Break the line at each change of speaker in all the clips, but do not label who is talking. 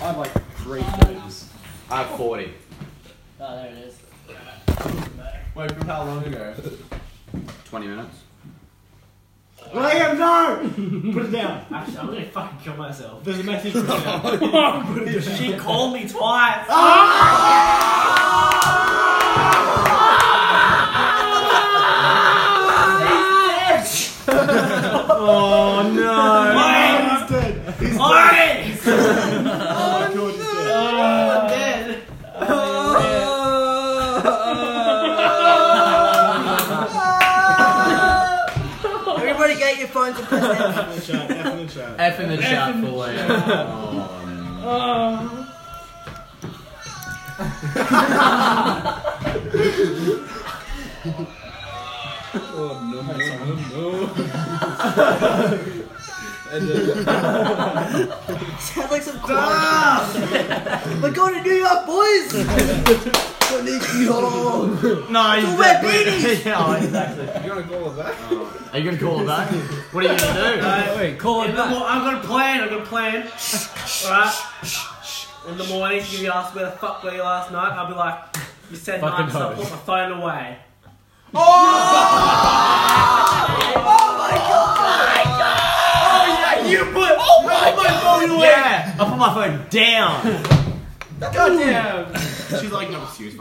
I have like three things.
I have 40.
Oh, there it is.
Wait, from how long ago?
20 minutes.
Liam, no! Put it down.
Actually, I'm gonna fucking kill myself.
There's a message from her.
she called me twice.
Oh no!
Mine!
He's dead. He's dead.
Twice.
Oh my god, he's dead.
I'm dead.
Everybody get your phones and press them.
F in the chat. F in the chat.
F in the chat for later. Oh,
Sounds like some Stop! We're going to New York, boys! Konnichiwa!
No, he's
So we're
dead.
beanies!
yeah, exactly.
You gonna call it that?
Are you gonna call it back? What are you gonna do?
Uh, wait, call
In the mo- I'm gonna plan. I'm gonna plan. Alright. In the morning, if you ask where the fuck were you last night, I'll be like, you said
Fucking
night, so I
hoes.
put my phone away. Oh! Oh
Yeah, I put my phone down.
She's like, no excuse me.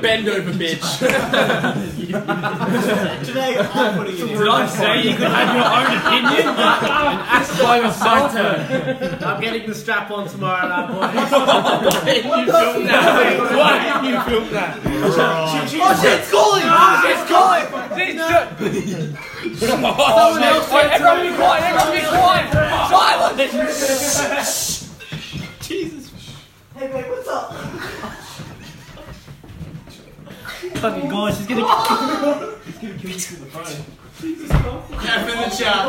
Bend over, bitch.
Today, I'm putting it in.
Did I say you could have your own opinion?
By the button.
I'm getting the strap on tomorrow night, boys.
you film that. Why you film that?
Oh shit, calling! Oh shit's calling!
Someone else. Oh, Everyone be quiet. Everyone be quiet. Silence.
Hey babe, what's up?
Fucking god, she's gonna kill
F in the chat. F in the chat.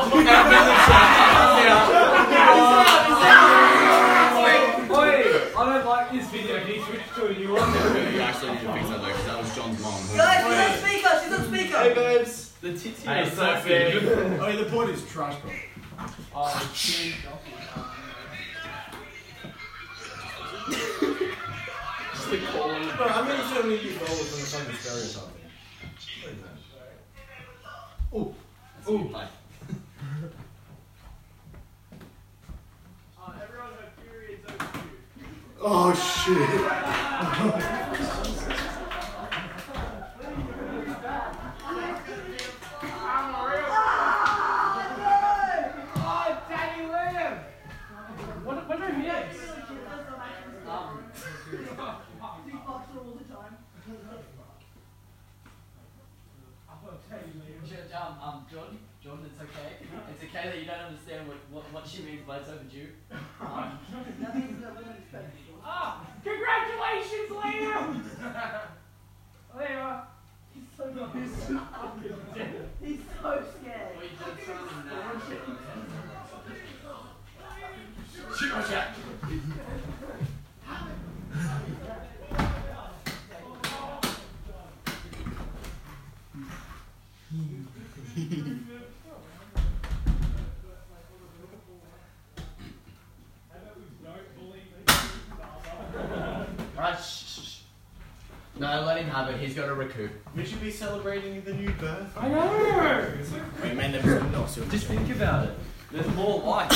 I don't like this video, he switched to a new one.
You actually need to fix that though, because that was John's mom.
Guys, she's on speaker, she's on speaker!
babes.
The titty
Hey,
is so
Sophie.
big.
I mean, the point is trash, bro.
Oh, shit.
Bro, I'm gonna show you rollers when it's on the stereo something.
Ooh.
Oh shit.
Um, um, John, John, it's okay. It's okay that you don't understand what, what, what she means by it's overdue.
Congratulations, Liam! Liam,
He's so scared.
Well, you did something now.
Alright, shh, shh, shh. No, let him have it. He's got to recoup.
We should be celebrating the new birth.
I know!
Wait, man, that was no silver.
Just think about it. There's more life.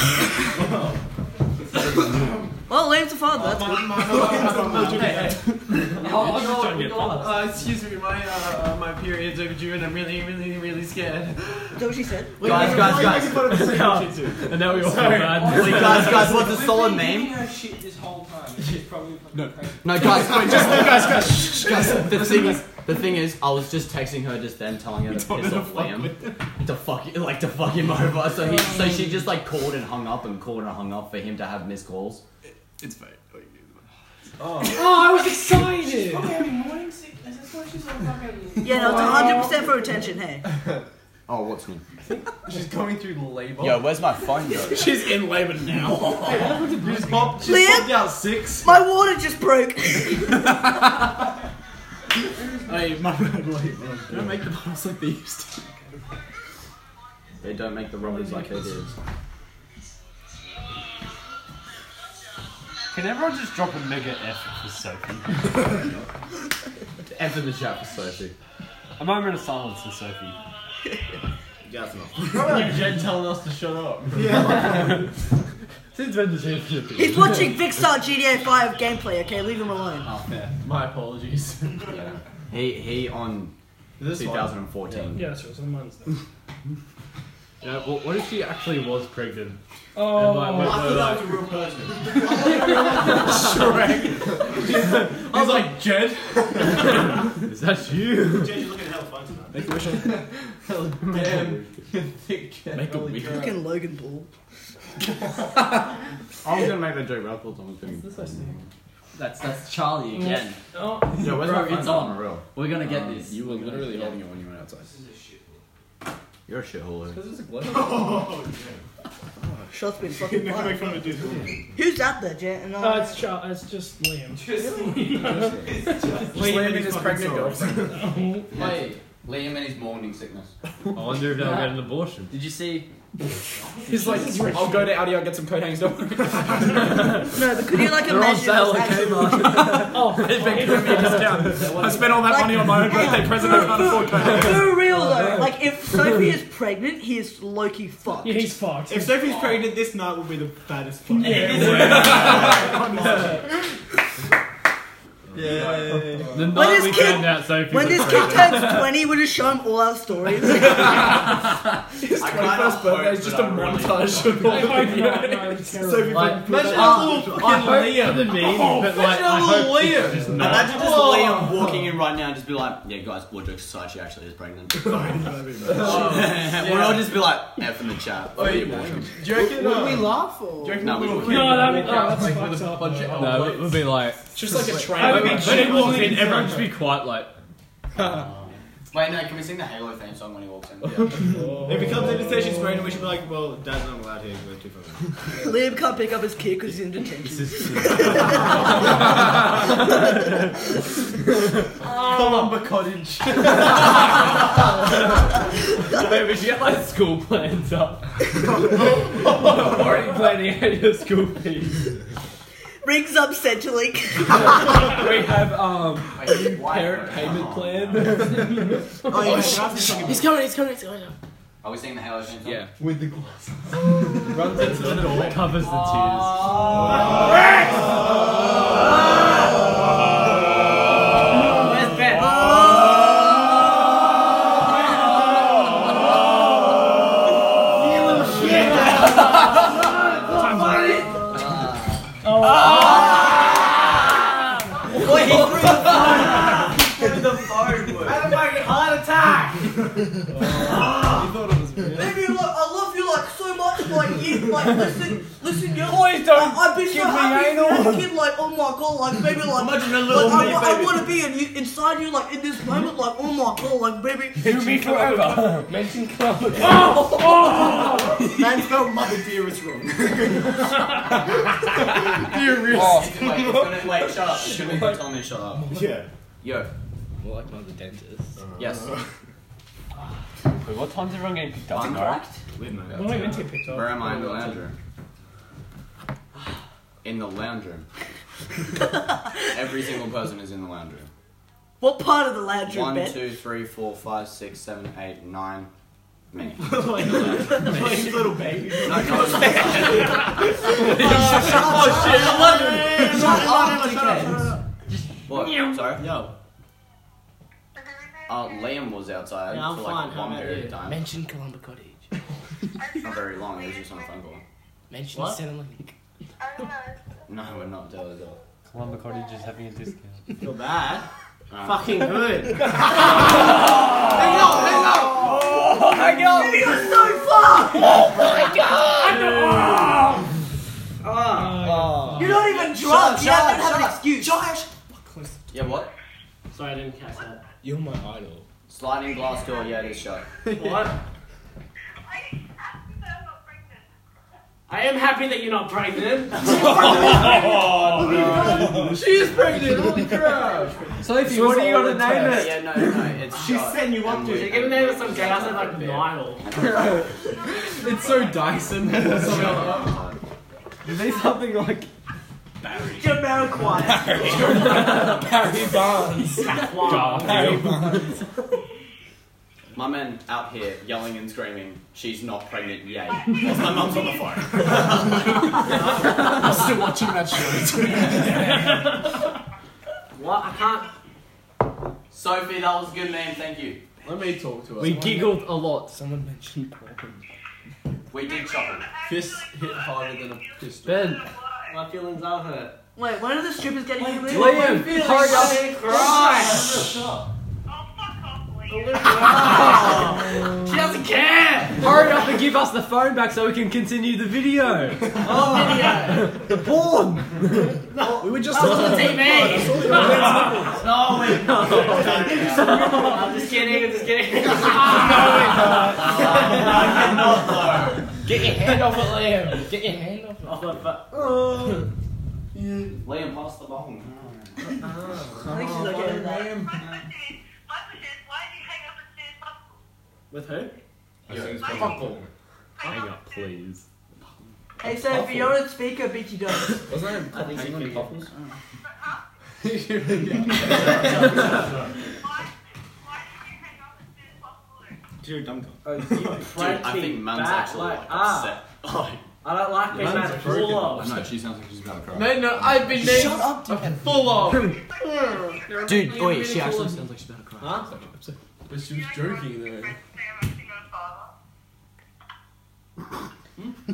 Well, Liam's a father, that's good.
Oh, I'm just trying to get
Uh, excuse me, my, uh, uh, my period's overdue and I'm really, really, really scared.
Is that what she said?
Guys, guys, guys.
And now we all feel bad.
Guys, guys, what's a solid meme?
shit this whole time. She's probably fucking
No.
crazy.
No, guys, wait, just, guys, guys, shh, shh, guys. The thing is, the thing is, I was just texting her just then, telling her to
Don't
piss
wanna
off
fuck
Liam, to fuck, like to fuck him over. So he, so she just like called and hung up and called and hung up for him to have missed calls.
It's fake.
Oh, I was excited!
morning sickness, that's why she's all fucking...
Yeah, no, it's 100% for attention, hey.
Oh, what's new?
She's going through labor.
Yo, where's my phone go?
She's in labor now.
you just popped,
Liam?
just popped out six.
My water just broke!
Hey, my bad. Wait, don't make the bottles like they used to.
They don't make the robbers like they did.
Can everyone just drop a mega F for Sophie?
F in the chat for Sophie.
A moment of silence for Sophie.
That's enough.
You've Jen telling us to shut up.
Since when does he have to
He's watching Pixar GTA 5 gameplay, okay? Leave him alone.
Oh, fair.
My apologies.
He, he on
This one.
2014.
Yeah, that's right. So mine's there.
Yeah, well, what if she actually was pregnant?
Oh,
like,
I
wait,
thought
wait,
that was a real person.
I was like, Jed? Is that you?
Jay, you're looking hella fun tonight.
Make a wish.
Damn. Thick Jen.
Make a
Holy
wish.
crap.
Fucking Logan Paul.
I was gonna make that joke, but I thought someone was gonna.
That's that's Charlie again.
oh.
Yo, where's
Bro,
my phone?
it's on.
for real.
We're gonna get
Um,
this.
You were
We're gonna-
literally
yeah.
holding it when you went outside. You're a shithole. eh?
This is a glitch.
Shots been fucking
Never
wild.
make fun of a dude.
Who's out there, uh, Jan? No.
Oh, it's, Char- it's just Liam.
Liam and his pregnant girlfriend.
Wait,
Liam and his morning sickness.
I wonder if they'll get an abortion.
did you see?
He's like, I'll go to Audi, I'll get some coat hangers. Don't worry.
no, but could you like imagine this actually-
Oh,
I spent all
Like-
my own
Yeah.
present. I can't afford coat hangers.
For real though, like if Sophie is pregnant, he is Loki fucked.
yeah, he's fucked.
If Sophie's pregnant, this night will be the fattest fuck.
Yeah.
The
When
night
this
we
kid-
found out Sophie
when
was
this kid
pregnant.
turns 20, we'll just show him all our stories.
His 21st birthday is just a montage of all
I
the
hope not,
videos.
no, it's
So
terrible.
we like,
Imagine
oh,
a little
I
fucking
hope it would mean, but like, I hope it's just not.
Imagine just Liam walking in right now and just be like, yeah, guys, War Joke Society actually is pregnant. Or I'll just be like, F in the chat.
Oh, you Do you reckon? uh,
laugh or?
do you reckon
No, we
little
wouldn't.
kid-
No, that'd be-
Yeah,
oh, that's
like,
fucked
with a
up,
bunch of
though.
elbow
No, it would be like.
It's just like a train.
I would be
wreck.
When it
Jim
walks
walking
in,
in
everyone
front.
should be quiet, like.
Wait, no, can we sing the Halo theme song when he walks in?
If it comes into session square and we should be like, well, Dad's not allowed here, go too far.
Liam can't pick up his kid because he's in detention.
Columba Cottage.
Wait, we should get like school plans up. Already planning out your school fees.
Rings up Centrelink.
We have um
Wait, why-
parent payment plan.
Oh,
He's coming, he's coming, he's coming.
Are we singing the Halo theme song?
Yeah.
With the glass.
Runs into the door, covers the tears.
Where's Ben?
Wait, he threw the phone. I had a fucking heart attack. Baby, look, I love you like so much. Like, you, like, listen, listen, you're.
Please don't.
I've been so happy if you had a kid. Like, oh my god, like, baby, like.
Imagine a
Like,
little
I,
mini
wa- I
baby.
want to be in you, inside you, like in this moment, like oh my god, like baby.
Do me forever. Mention club.
Man felt mother dearest wrong.
Oh, wait, it's gonna, wait, shut up. Should we tell me to shut up?
Yeah.
Yo, Uh-huh.
More like not the dentist.
yes.
Wait, what time's everyone getting picked up?
Fun fact?
Weird night.
When am I meant to get picked up?
Where am I in the lounge room? In the lounge room. Every single person is in the lounge room.
What part of the lounge room,
One,
Ben?
two, three, four, five, six, seven, eight, nine. Me.
Like little baby.
No, no.
Oh,
Oh,
What? Sorry.
Yo.
Uh, Liam was outside
Yeah, I'm
for
fine.
like
How
one
about
period
you?
of time.
Mention Columba Cottage.
Not very long. It was just on a phone call.
Mention
What?
Centrelink.
No, we're not. Tell us all.
Lumber Cottage is having a discount.
Feel bad.
Uh,
Fucking good.
Oh,
You're so far.
Oh,
You're not even drunk. you haven't had an excuse.
Yeah, what?
Sorry, I didn't catch that.
you're my idol.
Sliding glass door. Yeah, it is shut.
What? I am happy that you're not pregnant.
She's pregnant. Holy crap.
Sophie, what are you gonna name it?
Yeah, no, no, no. It's
She's
shut.
setting you up to
They're
it.
gonna name it some gay ass name like Nile.
It's so Dyson.
Shut up.
Is there something like
Barry.
Jamiroquai.
Barry Barnes. Barry Barnes.
My man out here yelling and screaming, she's not pregnant, yay. Whilst my mum's on the phone.
I'm still watching that show.
what? I can't.
Sophie, that was a good name, thank you.
Let me talk to her.
We giggled a lot.
Someone mentioned Portland.
We did chuckle.
Fist hit harder than a pistol.
Ben,
My feelings are hurt.
Wait, when are the strippers getting you in?
Liam, hurry up.
Christ!
She doesn't care!
Hurry up and give us the phone back so we can continue the video.
Oh,
The porn.
We were just
video! On the TV! No, wait.
I'm just kidding. I'm just kidding.
Get your hand off it, Liam. Get your hand off it.
Liam, pass the bong.
I think she's okay with that.
With who?
Hang up, please.
Hey, so if you're on speaker, beat you does.
Wasn't that in Puffles? England in Puffles?
Dude, dumb Dude,
Oh, you
I think
man's
mum's actually like, upset.
ah.
Oh,
ah, I don't like being
Man's
that full
I
of.
know, she sounds like she's about to cry.
No, no, I've been named
up,
a full of.
dude. Wait, she actually sounds like she's about to cry.
Huh?
But she was joking though. The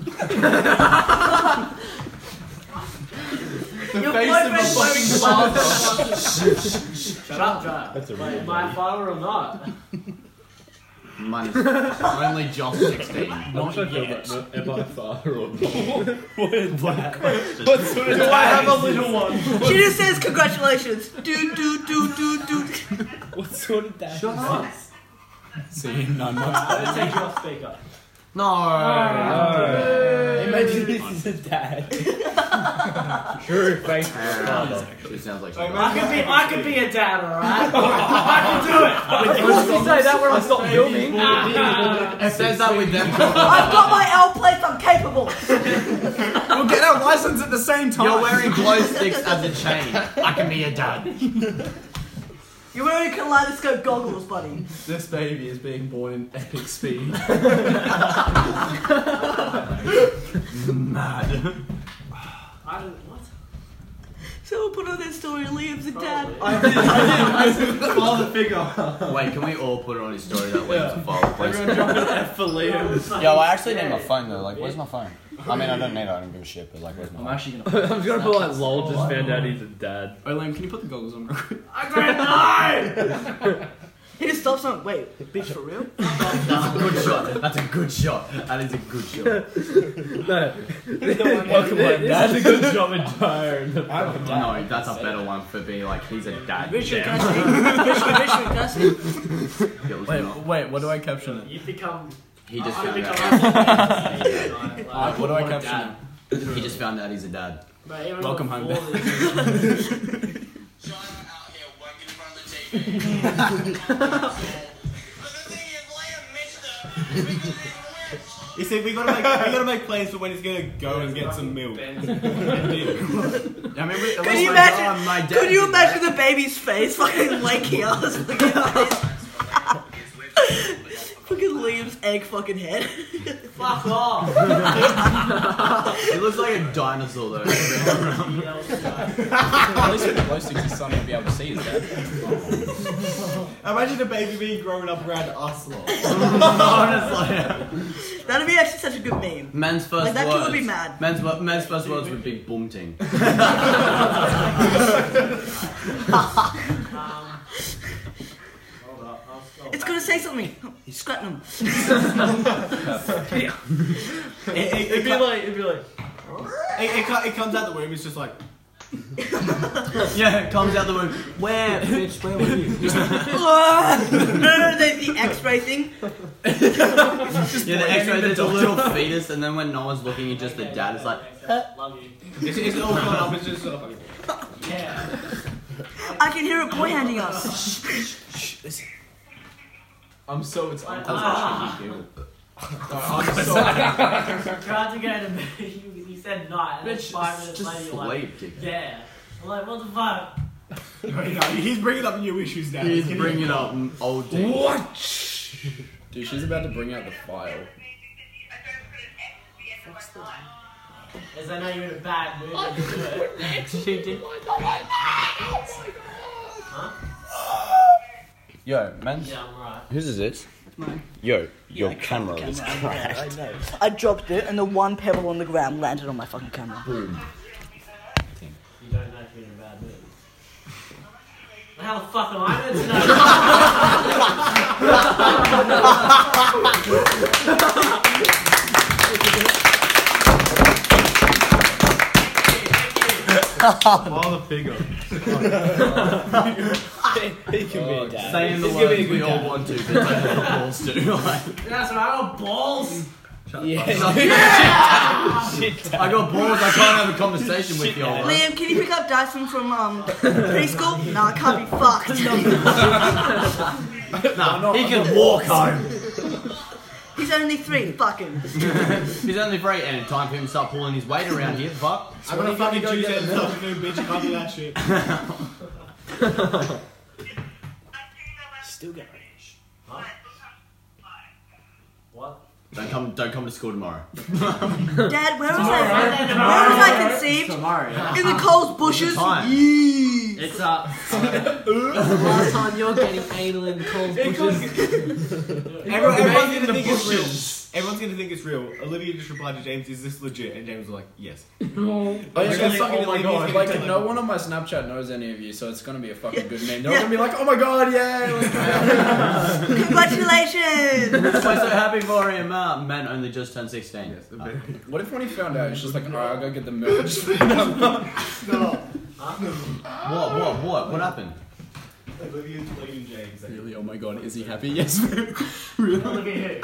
Your
face of a
boyfriend's
fucking
wearing
father.
Shut up, Jack. That's a Wait, my father or not?
Mine is only just 16.
Not yet. Am I father or not?
But so
Do I have a little one?
She just says congratulations. Do do do do do.
What sort of dad?
Shut up.
See you in nine
Let's
months.
take your speaker.
Imagine this is a dad.
True face.
She sounds like she's
Oh,
I
man.
could be, I could be a dad, alright? I can do it.
Let's just say that when I stop filming.
It says that with them.
I've got my L plates. I'm capable.
We'll get our license at the same time.
You're wearing glow sticks as a chain. I can be a dad.
You're wearing kaleidoscope goggles, buddy.
This baby is being born in epic speed.
Mad.
I don't, what?
Someone put on their story. Liam's a dad.
I did, I did, I did. Father figure.
Wait, can we all put it on his story that Liam's a father,
Everyone
please?
dropped an F for Liam.
Yo, I actually need my phone though. Like, where's my phone? I mean, I don't need it. I don't give a shit. But like, where's my?
I'm
phone?
actually gonna.
I'm just gonna put like lol. Just found out he's a dad.
Oh, Liam, can you put the goggles on?
I got it!
He just stops on. Wait, bitch, for real?
That's a good shot. That's a good shot. That is a good shot.
No.
Welcome home,
That's a
dad.
good job entire.
No, that's a better one for being like he's a dad.
Richard, can I see? Richard, Richard, can I see?
It was not.
wait, what do I caption it?
You become.
He just
I
found
become.
out.
Like,
what do I caption
He just found out he's a dad.
mate, everyone
Welcome home,
before
Ben.
this-
You see, we gotta make we gotta make plans for when he's gonna go and get some milk.
I mean, we,
Could you imagine? Could you imagine the baby's face? Fucking lanky ass. Fucking Fucking Liam's egg fucking head.
Fuck off!
He looks like a dinosaur though.
At least with the glow sticks, his son will be able to see his dad.
Imagine a baby being grown up around us lot.
Honestly.
That'd be actually such a good meme.
Men's first
Like, that kid
words.
would be mad.
Men's, wo- men's first words would be boomting.
Um, hold up, I'll stop.
It's gonna say something. He's scratching him.
It, it,
It'd
it,
be like, it'd be like.
it, co- it comes out the womb. It's just like
yeah, it comes out the womb. Where, bitch, where were you?
no, no, the, the X-ray thing.
yeah, the X-ray. There's a little fetus, and then when no one's looking, you're just the
Okay,
dad. It's like,
okay, okay, Love you.
it's, it's all grown up. It's just sort of like.
Yeah.
I can hear a boy handing us.
I'm so it's.
Ah.
I'm sorry.
Tried to get him. You said night, and then five minutes later you're like, yeah. I'm like, what the fuck?
He's bringing up new issues now.
He's bringing up old dick.
Dude, she's about to bring out the file.
As I know you're in a bad mood. when you do it. You did-
Yo, man.
Yeah, I'm right.
Whose is this? Yo, your camera, is cracked.
I dropped it, and the one pebble on the ground landed on my fucking camera.
You don't know if you're in a bad mood. How the fuck am I meant to know?
While the figure.
He can be
Oh,
a dad.
Saying the
He's gonna be a
words we
good
all
dad.
want to, but don't have the balls to. Like,
That's right, I got balls.
Yeah. Shit, dad.
I got balls. I can't have a conversation with you. all right?
Liam, can you pick up Dyson from um, preschool? Nah, I can't be fucked.
Nah, he can walk home.
He's only three. Fuck him.
He's only free, and it's time for him to start pulling his weight around here. Fuck.
I'm gonna fucking choose that afternoon, bitch. You can't do that shit.
Still got range.
What?
Don't come. Don't come to school tomorrow.
Dad, where was I? Where was I conceived?
Tomorrow.
In the Coles bushes.
Time.
Yee.
It's up. Last time you're getting anal in cold bushes.
Everyone- Everyone's
in
gonna
the
think it's real.
bushes.
Everyone's gonna think it's real. Olivia just replied to James, "Is this legit?" And James was like, "Yes."
Oh, yeah,
Really? Oh my
fucking Olivia's
God.
gonna Like, no one on my Snapchat knows any of you, so it's gonna be a fucking good meme. They're all gonna be like, oh my god, yeah!
Congratulations.
I'm so happy for him. Uh, man only just turned 16. Uh,
what if when he found out, he's just like, alright, I'll go get the merch.
what? What? What? What happened?
Olivia's blaming James. like,
really, oh my god, is he happy? Yes.
Look at you.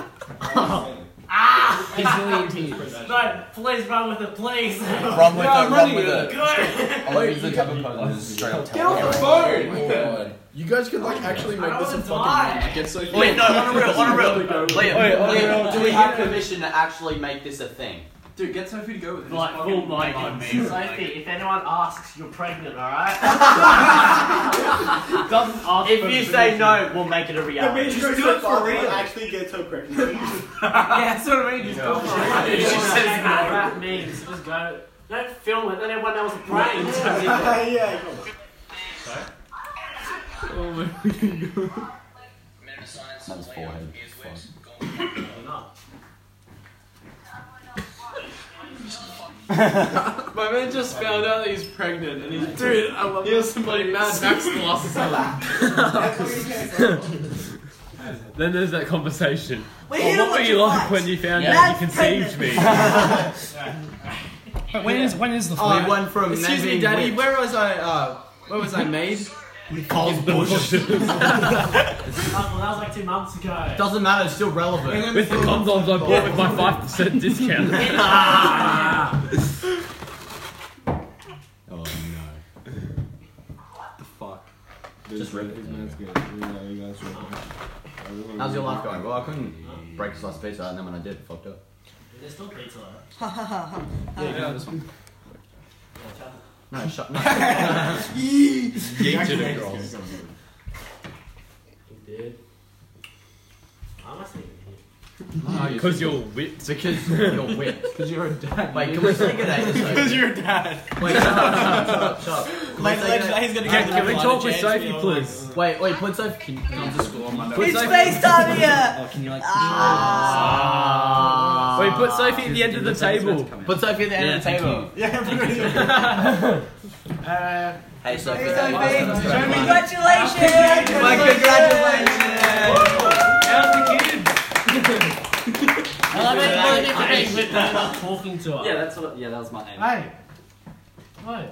Ah!
He's really into you.
No, please run with it, please.
Run with it, run with it.
Good.
Wait, the type of straight up Get
off the
Oh,
phone! You guys could like actually make
I
this a
wanna
fucking
die.
meme. Get so
Wait, no, on a real, on a real. Liam,
Wait, on a
Liam,
real,
do we have permission to actually make this a thing?
Dude, get Sophie to go with it.
Like,
Just fucking
full
make
mind
it.
Sophie, if anyone asks, you're pregnant, alright? Doesn't ask
If
for
you
the
say
permission.
no, we'll make it a reality.
Just do it for real. Actually, get so pregnant.
Yeah, that's what I mean. Just go for it. Just say no. That means just go. Don't film it, then everyone else is praying.
Yeah.
That's forehead. Fuck.
My man just found out that he's pregnant and he's dude, I love he has somebody mad Max lost Then there's that conversation.
We're
Well,
here to
what were
watch
you
your
like
fights.
when you found out
That's
you conceived me?
When is when is the
We
flight?
went from
Excuse me,
naming
Daddy,
which-
where was I uh where was I made?
Oh, well, that was like two months ago.
Doesn't matter, it's still relevant.
With the condoms I bought with my five percent discount.
Oh no. the fuck? Just rip it. How's your life going? Well, I couldn't break this last piece out, and then when I did, fucked up.
There's still pizza though.
No, shut no.
Dude. I must be in here.
Because you're whipped.
Because you're whipped. Because you're a dad. Wait, can we take an episode? Because you're a dad. Wait, shut up, shut up, shut up. Can we take an-
he's gonna
Can,
get
can we talk with Sophie, please?
Wait, wait, put Sophie. Can, can you just school on Monday?
It's FaceTime here.
Uh,
Oh, can you like?
Ah.
Ah.
Wait, put Sophie at the end of the table.
Put Sophie at the end of the table.
Uh,
Hey, Sophie.
Hey,
that was- that was
Sophie.
great.
Congratulations.
My congratulations.
How's the kid?
I meant I ain't with that. I'm talking to her.
Yeah, that's what. Yeah, that was my aim.
Hey. Hey.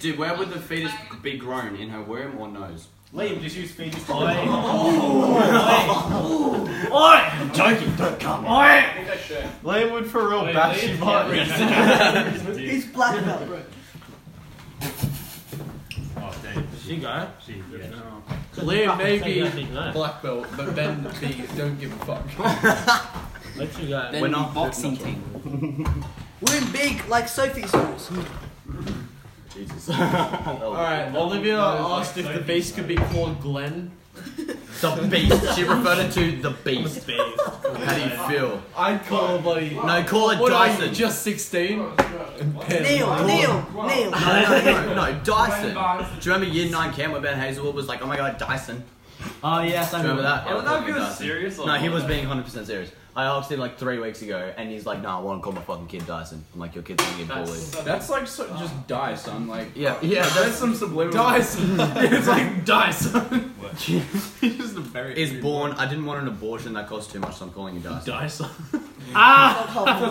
Dude, where would the fetus be grown? In her womb or nose?
Liam, just use fetus.
Oi! Oi!
Liam would for real bash you might.
He's black belt, bro.
Oh,
She go.
Liam may
Take
be
nothing, no.
black belt, but then be don't give a fuck.
Let you go.
We're not boxing team.
We're big like Sophie's rules.
Jesus.
Alright, Olivia asked if the beast could be called Glenn.
The beast. She referred it to the beast. How do you feel?
I'd call her bloody.
No, call it
What are you,
Dyson.
just 16?
Neil, Neil, Neil.
no, no, no, no, Dyson. Do you remember year 9 camp when Ben Hazelwood was like, oh my god, Dyson?
Oh yes,
Do
I
you remember that?
I don't know if he was
Dyson.
serious or
No, he
not.
was being 100% serious. I asked him like three weeks ago, and he's like, nah, I want to call my fucking kid Dyson. I'm like, your kid's gonna get bullied.
That's like so, just die, son. Like
Yeah, yeah,
That's some subliminal.
Dyson. it's like Dyson.
He's the very.
is born. I didn't want an abortion that cost too much, so I'm calling you Dyson.
Dyson.
I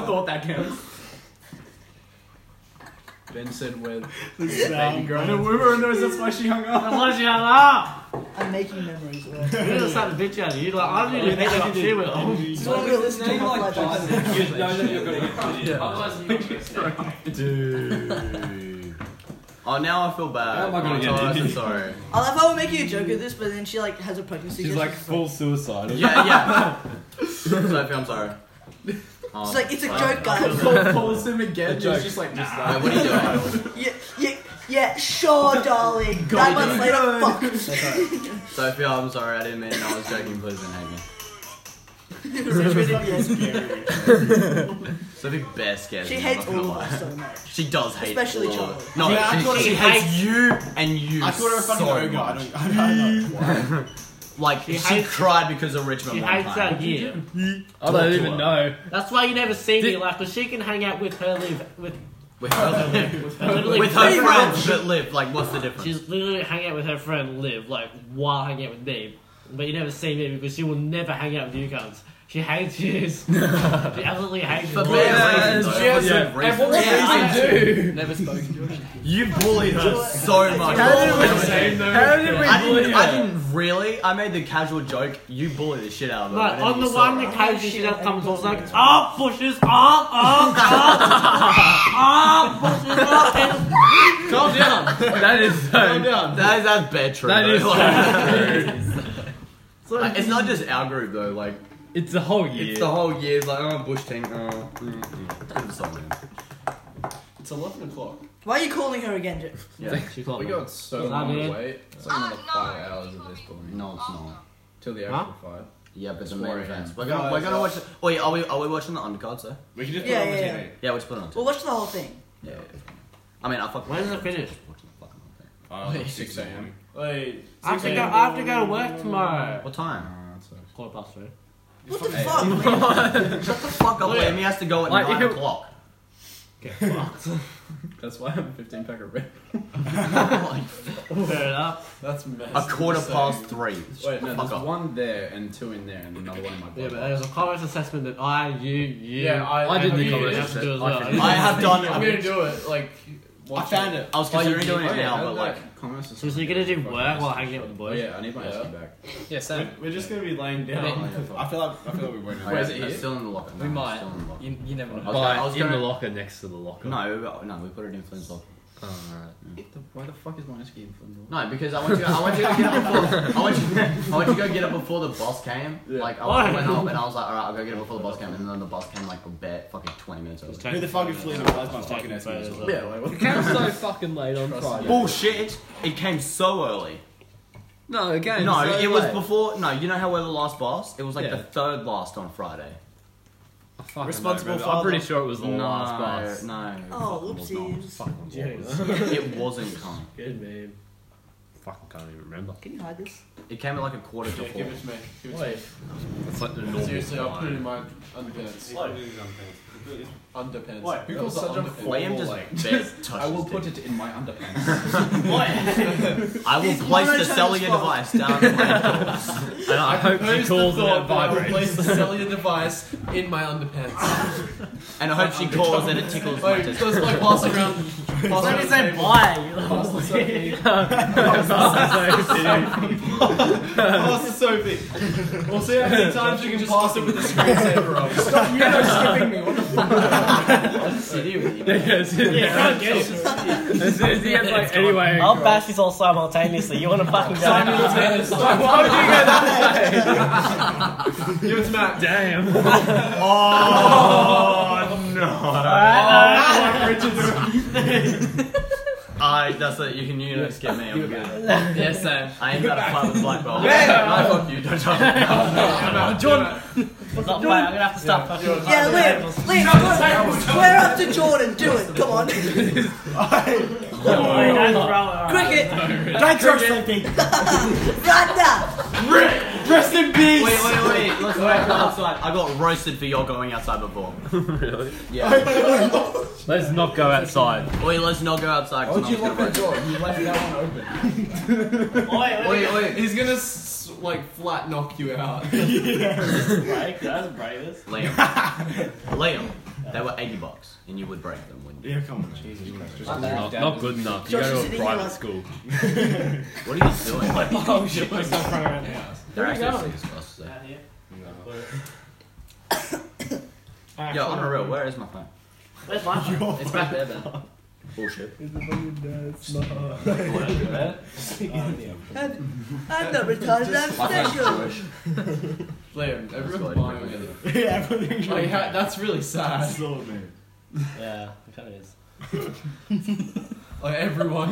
thought that.
Ben said when.
I want you to laugh.
I'm making memories.
You're gonna start to bitch out of you. Like, I'm gonna do that shit with him.
It's not realistic. to talk like that.
You know that you're gonna get punched.
Otherwise, you know,
Dude. oh, now I feel bad.
How am I gonna get
I'm
it?
sorry.
I love how we're making a joke of this, but then she like has a pregnancy.
She's
test.
like full suicide.
Yeah, yeah. Sophie, I'm sorry. Um,
She's like, it's a
wow.
joke, guys.
Calls him again. He's
joke.
just like just
Wait, what are you doing?
yeah, yeah, yeah, sure, darling. Nine months later, fuck.
Sophie, I'm sorry. I didn't mean it. I was joking. Please don't hate me. Sophie, best scared.
She
me, I'm
hates
not gonna
all of
lie.
us so much.
She does hate
Especially
all of
Charlie.
us. No,
Yeah, I
she,
thought
she
she
hates you and you.
I thought it was fucking
so
ogre. I
much.
don't, I don't, I don't know why.
Like she,
She hates-
cried because of Richmond
She
one
hates
time.
that year.
I don't even know.
That's why you never see me.
Did-
Like, but she can hang out with her live with
With her,
her literally
with her
Pretty
friends that live. Like, what's the difference?
She's literally hang out with her friend Liv, like while hanging out with me. But you never see me because she will never hang out with you guys. She hates you. she absolutely hates you.
For
Yeah.
bad reasons, though.
yeah,
For
yeah. And
good reasons.
what
Yeah,
I-
does he do?
Never spoken to her.
You bullied her so much. I
How did we
didn't, I didn't really. I made the casual joke. You bullied the shit out of her.
Like,
and then
on
you
the
saw
one
her.
occasion she does come and talks like, "Ah, up pushes, up, up, up, up pushes, up, and
Calm down. That is
Calm
so.
down.
That is that's bad true.
That
though.
is
Like, it's not just our group though. Like
It's a whole year.
it's the whole year's like oh bush team. Oh, mm, mm. Good for someone.
It's 11 o'clock.
Why are you calling her again, Jeff?
Yeah.
She can't
We
know.
got so
Is that
long to
it?
wait. It's like
Ah,
another five hours at this point.
No, it's not.
Till the
Huh?
actual fight.
Yeah, but
It's
the main
4 a.m.
events. We're gonna
No,
we're
it's
gonna
not.
watch. The, wait, are we are we watching the undercards though?
We can just
Yeah,
put it on
yeah,
the
yeah.
TV.
Yeah, we'll just put it on.
Well, watch the whole thing.
Yeah. I mean, I fuck.
When's it finished?
Uh,
Wait,
6 a.m.
Wait.
I have to go. I have to go to work tomorrow.
What time?
Quarter past three.
What the
Hey.
fuck? man?
Shut the fuck up, Liam. He has to go at
Like, if
nine
it-
o'clock.
That's why I'm a 15 pack of red.
Fair enough.
That's messed
A quarter
So-
past three.
Wait, no,
Fuck
there's
up.
one there and two in there and another one in my
Yeah,
blood.
but there's a commerce assessment that I, you, you,
Yeah, I,
I did the
you
commerce
have to do as well.
I have done
I'm
it.
gonna do it. Like,
I
watch
found it. I was considering doing it now, but like,
comments.
So you're gonna do work while hanging out with the
Oh
boys?
yeah, I need my
Yeah.
SC back.
Yeah, Sam.
We're just gonna be laying down.
I feel like I feel like we're waiting.
Wait, is it
it's
here?
still in the locker. No,
We
it's
might.
Still in the locker.
You, you never know.
was gonna- I was
in the
gonna-
locker next to the locker.
No, we- no, we put it in Flynn's locker.
Alright.
Why the fuck is my SC in front of
No, because I want you. I want you to get up before. I want you. I want you to go get up before the boss came.
Yeah.
Like I
Why?
went up and I was like, all right, I'll go get up before the boss came, and then the boss came like a bit fucking twenty minutes. Over.
Who the fuck is Flynn and Wise my fucking ass?
Yeah, like, what-
It came so fucking late on Friday.
bullshit. It came so early.
No, again.
No,
so
it was
late.
before. No, you know how we're the last boss. It was like the
Yeah.
third last on Friday.
I fucking don't
Responsible
remember.
father.
I'm pretty sure it was the
no,
last bus.
no.
Oh,
it was not.
whoopsies.
It wasn't coming.
Good man. Fucking can't even remember.
Can you hide this?
It came at like a quarter to
Yeah,
four.
give it to me. Give it to me.
Wait,
It's like the normal.
seriously, I'll put it
time.
in my underpants. Underpants.
Wait,
Who calls that
Liam
underpants?
just
Like,
best
I will put
touches
it in my underpants.
it. I will
It's
place the
monotone
cellular
as well.
device down. the way.
And I, hope she
Who's the
calls and
thought
it
that I will
vibrates.
place the cellular device in my underpants.
and I hope she calls and it tickles my
Wait,
tits.
so it's like pass around. Pass around the table. Pass the cellular-
Pass to Sophie. We'll see how many times you can
Just
pass it with
fucking
the
screensaver on.
City with you.
yes,
Yeah,
yeah.
can't get it.
As soon as he gets like, anyway.
I'll bash this all simultaneously. You want to fucking go?
Why would you go that way?
Give it to Matt.
Damn.
Oh, no. Oh,
I, that's it, you can you know, skip me, I'm good.
Yeah, same.
I ain't got a fight with the light bulb.
Man.
I fuck you, don't tell me.
It's not playing. I'm gonna have to stop fucking.
Yeah, Liam, Liam, go on. square up to Jordan. Do it. Come on.
Oh.
Wait, that's right.
Cricket.
Don't drop something.
Randa.
Rest in
Wait,
peace.
wait, wait, let's go back outside. I got roasted for your going outside before.
really?
Yeah.
Let's not go outside.
Wait, let's not go outside.
Why'd
Why'd
you lock the door? You left that one open.
Wait, wait.
He's gonna s- like flat knock you out.
Break, that's bravest.
Liam. Liam, they were 80 bucks and you would break them, wouldn't you?
Yeah, come on. Jesus Christ. Just
Not
Not, not good enough. You
Josh is
go to a
sitting here
private
like-
school.
What are you doing?
Oh shit! Please don't run around.
They're
Where are you
actually
going?
as fast as that.
Alright,
Yo,
cool.
on a real, where is my phone?
Where's my phone?
It's back there, Ben. Bullshit.
I'm not retarded. I'm special.
Liam, everyone's
good.
buying it.
yeah, everything's
Like, ha- that's really sad.
That's all, man.
Yeah, it kind of is.
Like everyone.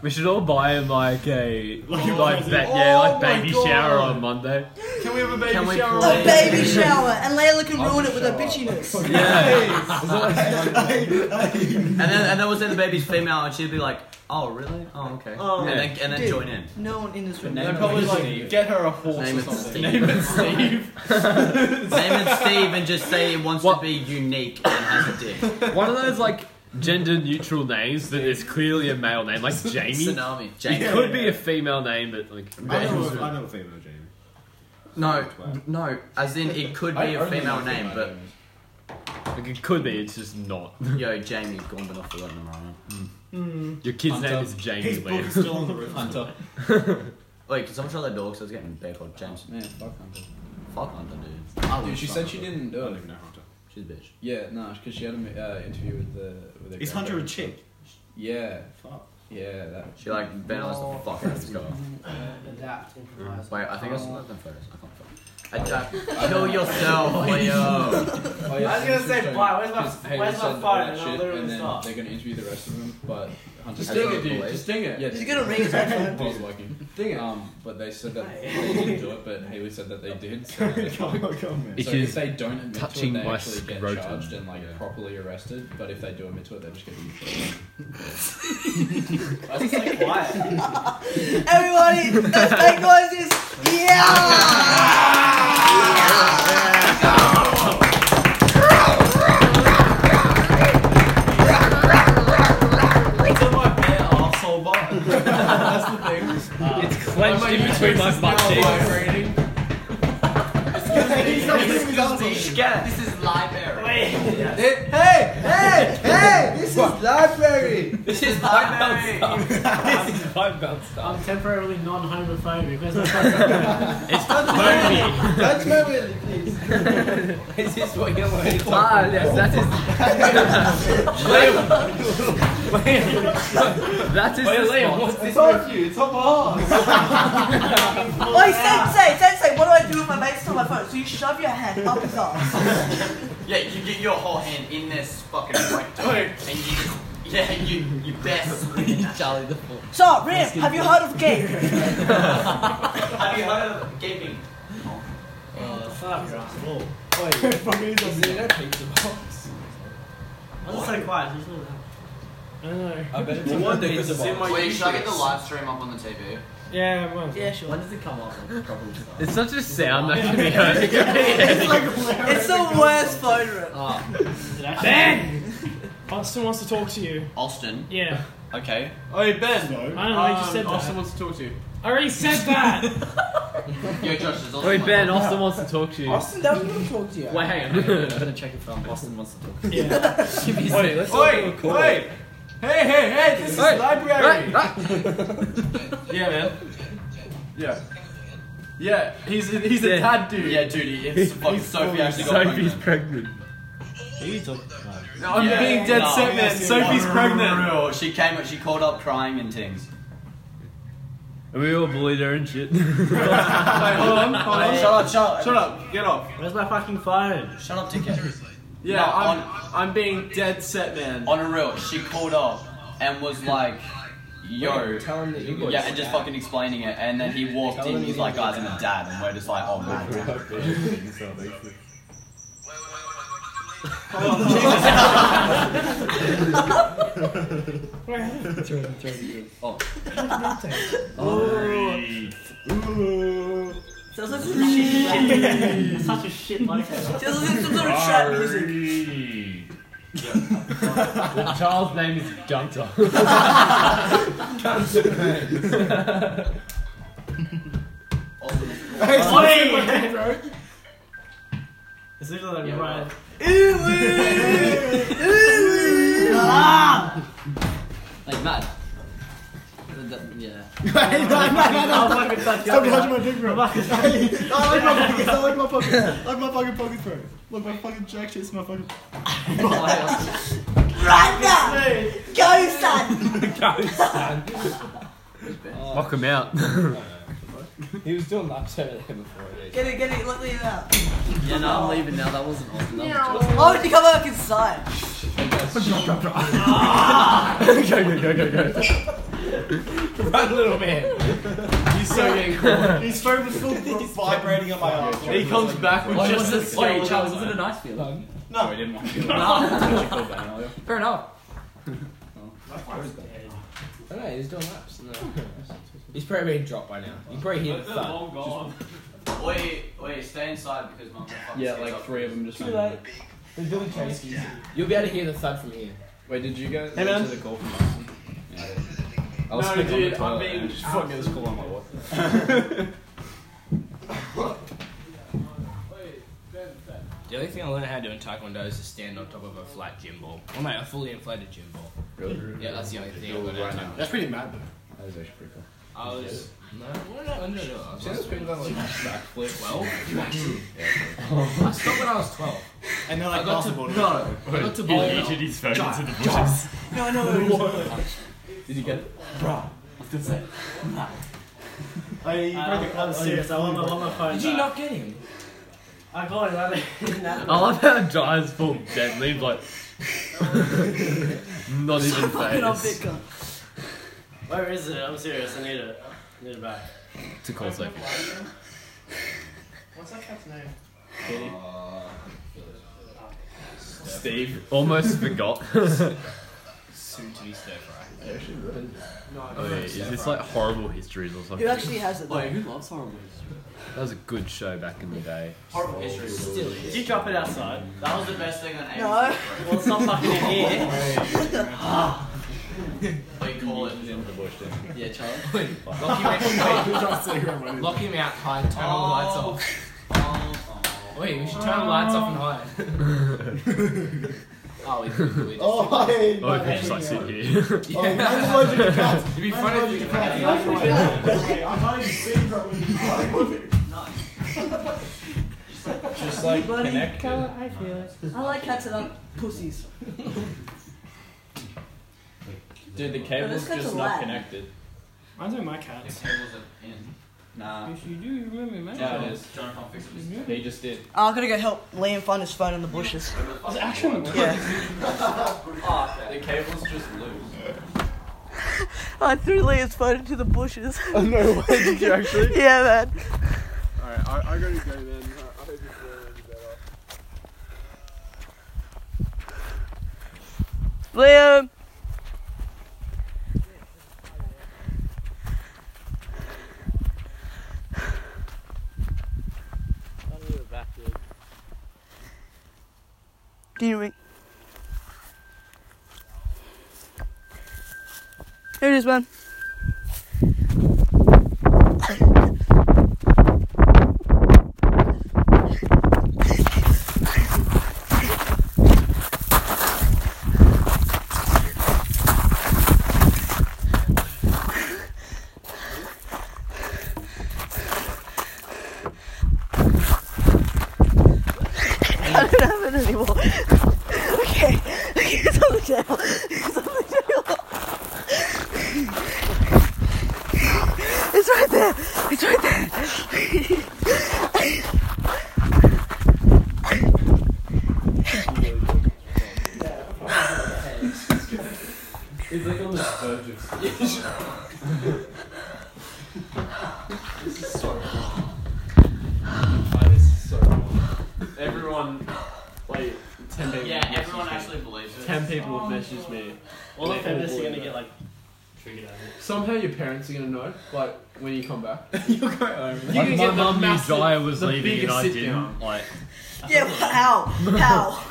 We should all buy him like a like,
a
like
present.
that yeah
Oh
like
my
baby
God.
shower on Monday.
Can we have a baby
Can we
shower?
play-
on-
A baby shower, and Layla can ruin it with her
shower.
bitchiness.
And then, and then we'll say the baby's female and she'd be like, oh, really? Oh, okay.
Oh.
and, then, and then
Dude.
join in.
No one in this room.
Name
They'd
it.
probably like get her a horse
Name
or
it
something.
Steve.
Name it Steve.
Name it Steve and just say he wants
What?
to be unique and has a dick.
One of those like gender neutral names that is clearly a male name, like Jamie.
Tsunami.
It
Jamie.
could be a female name, but like
I know, a- I know a female Jamie.
No, no. As in, it could be a female name, but
like it could be. It's just not.
yo, Jamie Gorman, I've forgotten him right
Your kid's name is
His
Jamie
book
Lee.
is Oh, still on the roof.
Hunter.
Wait, can someone shut that door? Because I was getting a bear called James.
Man, fuck Hunter.
Fuck Hunter, dude. I
Dude,
love
she
Hunter.
said she didn't do
I don't
it.
even know Hunter.
She's a bitch.
Yeah, no, because she had an uh, interview with the with her.
Is Hunter a
grandparents.
chick?
Yeah,
Fuck.
yeah, that.
She like vandalized the fuck out of this girl.
Adapt, improvise.
Wait, I think I saw them photos. I can't fuck. Adapt. Kill yourself,
I
Leo.
Oh, yeah,
was gonna
she
say,
showing-
why? Where's my-
'cause Hayley
where's my
said all
phone? And
that
I'll
shit,
literally
and then
stop.
They're gonna interview the rest of them, but Hunter.
Just ding it, dude,
Just ding it. Yeah,
He's gonna ring his
I was looking.
Ding it.
Um, but they said that they didn't do it, but Haley said that they did. So,
Come on, come on, man.
It
so
is
if they don't admit
touching
to it, they
my
actually get
scrotum.
charged and like
Yeah.
properly arrested. But if they do admit to it, they're just gonna be. free.
I was just like, quiet.
Everybody, let's make noises. Yeah!
It's on my bare asshole button. That's the thing.
It's clenched in between my butt cheeks.
vibrating.
This is live error.
Wait.
Hey, hey, hey! This is library.
This is live error.
I'm temporarily non-homophobic. Where's my phone?
It's not homie.
That's my really please.
Is this what you're like?
Ah, yes, that is. Liam. Liam. That is.
Wait, Liam,
what's
It's on you. It's on my ass.
Oi, Sensei, Sensei, what do I do with my mate's on my phone? So you shove your hand up his ass.
Yeah, you get your whole hand in this fucking rectum,
Wait.
and you, yeah, you, you best.
Charlie the Fool.
So, Rim, have you heard of gay?
Have you heard of gaming?
Fuck, Ross.
Is there no pizza box?
I was so quiet. it's not- I don't know.
I bet it's a
One
pizza
pizza
box.
in my
live stream up on the TV?
Yeah, it was.
Yeah, sure.
When does it come up?
It's such a sound that can be heard. It could be anything.
It's the worst phone room.
Ben!
Austin wants to talk to you.
Austin.
Yeah.
Okay.
Hey Ben. Um,
No.
I don't know, you just said that.
Austin wants to talk to you.
I already said that!
Yo, Josh, there's Austin.
Wait, Ben. Austin wants to talk to you.
Austin, that was gonna talk to you.
Wait, hang on. I'm gonna check it for him.
Austin wants to talk.
yeah.
Wait, let's
Oi, oi. Hey, hey, hey! This is
Hey,
library.
Yeah, man.
Yeah. Yeah, he's he's a
Yeah.
tad dude.
Ah, Yeah, dude, it's fucking Sophie actually got
Sophie's
pregnant.
pregnant.
Are you talking?
No, I'm being dead set, man. Sophie's pregnant.
She came. She called up crying and things.
And we all bullied her and shit.
Wait, hold on, hold on.
Shut up! Shut up!
Shut up, get off.
Where's my fucking phone?
Shut up, dickhead.
Yeah,
No,
I'm, I'm being dead set, man.
On a real, she called up and was like, "Yo."
Tell him that you got
Yeah, and just fucking explaining it, and then he walked in. He's like, "Guys, I'm a dad," and we're just like, "Oh man."
Sounds like some shit. rap.
Such a shit podcast.
Sounds like some sort of trap music.
the child's name is Gunter.
It's literally like Ryan.
Like mad. Yeah.
I'll fucking touch you up.
touching my dick, bro.
Fucking-
I like my pockets. I like my pockets. I like my fucking pockets, bro. Look, my fucking jack shit's my fucking.
Right now! Go, son!
Knock him out.
He was doing laps over there before. Yeah.
Get it, get it, let me out.
Yeah, no, I'm leaving now. That wasn't awesome. That was
Why would you come back inside?
Run, little man.
He's so getting caught.
His phone was still vibrating on my arm.
He comes back with just a
Wait,
skull.
Charles, was it a nice feeling?
No, he didn't want to.
Fair enough.
I don't know, he's doing laps. No. He's probably been dropped by now. You can probably hear the thud.
Long gone.
awesome. Wait, wait, stay inside because mum.
Yeah, like
Three of them just.
They're doing chases. You'll be able to hear the thud from here.
Wait, did you guys
Hey, man.
to the golf from
I
No,
sitting on
dude,
the
I'm
toilet,
being.
man.
Fucking this call on my watch.
The only thing I learned how to do in Taekwondo is to stand on top of a flat gym ball. Well, mate, a fully inflated gym ball. Really? Yeah, that's the only thing I learned how to do.
That's pretty mad though.
That was actually pretty cool.
I was. No, what did I learn to do? I was
Those people that like backflip.
12? I stopped when I was 12.
And they're like
I got to-
basketball.
No, I got to bowling.
yeeted his phone into the bushes.
No, no,
Did you get it?
I, you
Uh,
broke it.
I'm serious. I want my, I want my phone.
Did you
back.
not get him?
I got it. I didn't-
I love how Giants fall dead leaves like. Not even face.
no.
Where is it? I'm serious. I need it. I need it back.
To call Sophie.
What's that cat's name?
Steve. Almost forgot.
Soon to be stir fry.
Oh, yeah. Is this like horrible histories or something?
Who actually has it? Though?
Wait, who loves horror movies?
That was a good show back in the day.
Horrible history. Still,
Did you drop it outside?
that was the best thing on
No.
ABC.
Well, it's not fucking in here.
What the?
What do you call it?
Yeah, Charles.
Lock him out. Wait, Lock him out high. Turn all the lights
Oh.
off.
Oh,
Wait, we should turn the lights off and hide. oh, we could do it.
Oh, hey.
Oh, we could just like sit here.
Oh, mine's allergic to cats.
It'd be
Mine's
funny if
allergic
you
to cats. Hey, I can't even see properly.
Just like connected.
I feel it.
I like cats and I'm pussies.
Dude, the
But this cat's a lad.
connected.
Mine's like my cats.
the tables are in. Nah.
you do, you remember, man.
Yeah, it is. John can't fix it.
He just did.
Oh, I'm gonna go help Liam find his phone in the bushes.
It's actually
Yeah.
The cable's just loose.
I threw Liam's phone into the bushes.
Oh, no way, did you actually?
yeah, man.
Alright, I, I gotta go then. I, I hope you feel any better.
Liam! Do you ring? Here it is, man. I don't have it anymore. He's on the jail. He's on the jail. It's right there. It's right there.
It's like on the verge of. this is so wrong. Like, this is so wrong. Everyone, like, 10 people.
Yeah,
messaged
everyone
me.
actually believes it.
Ten people have messaged me.
All of them
They're
believe
gonna
it.
get like triggered out of it.
Somehow your parents are gonna know, like, when you come back.
You
Like,
can
my
get the
mum knew
massive-
Jaya was
the
leaving and
biggest
I
sit
didn't.
down.
Like,
Yeah, how? How?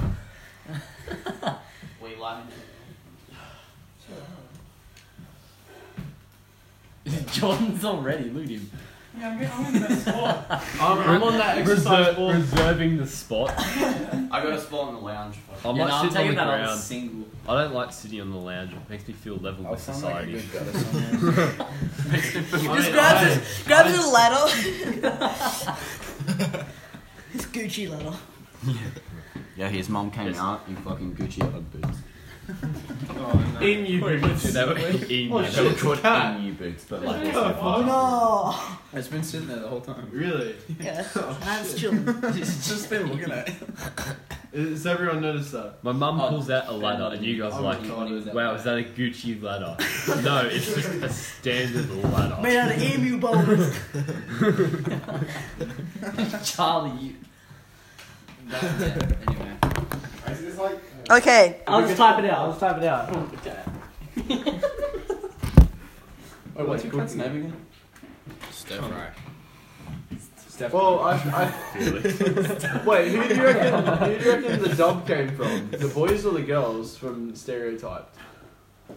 We love it.
John's already, look at him.
Yeah, I'm getting I'm in the best spot.
I'm, I'm on that exercise
Reser-
ball.
reserving the spot.
I got a spot in the lounge. for-
I
Yeah,
might
no, I'm
sit on the
taking that
ground.
on single.
I don't like sitting on the lounge. It makes me feel level with society.
Just grabs his, grabs his ladder. his Gucci ladder.
Yeah, his mum came out in fucking Gucci Ugg boots.
In you bitches.
They were in
Oh,
they
shit.
were-
Good
cat.
in new boots, but like.
Oh,
also-
fuck.
No.
It's been sitting there the whole time.
Really?
Yeah. And I was chilling.
It's just been looking at it.
Has everyone noticed that?
My mum pulls out a ladder and you guys are
Oh,
like,
God, it was that
wow, is that a Gucci ladder? no, it's just a standard ladder.
Made out of emu bones.
Charlie, you. anyway.
It's like.
Okay.
I'll just type it out. I'll just type it out.
Oh, what's your cat's name again?
Stir fry.
Steph. Well, I. I wait, who do, you reckon, who do you reckon the dub came from? The boys or the girls from Stereotyped?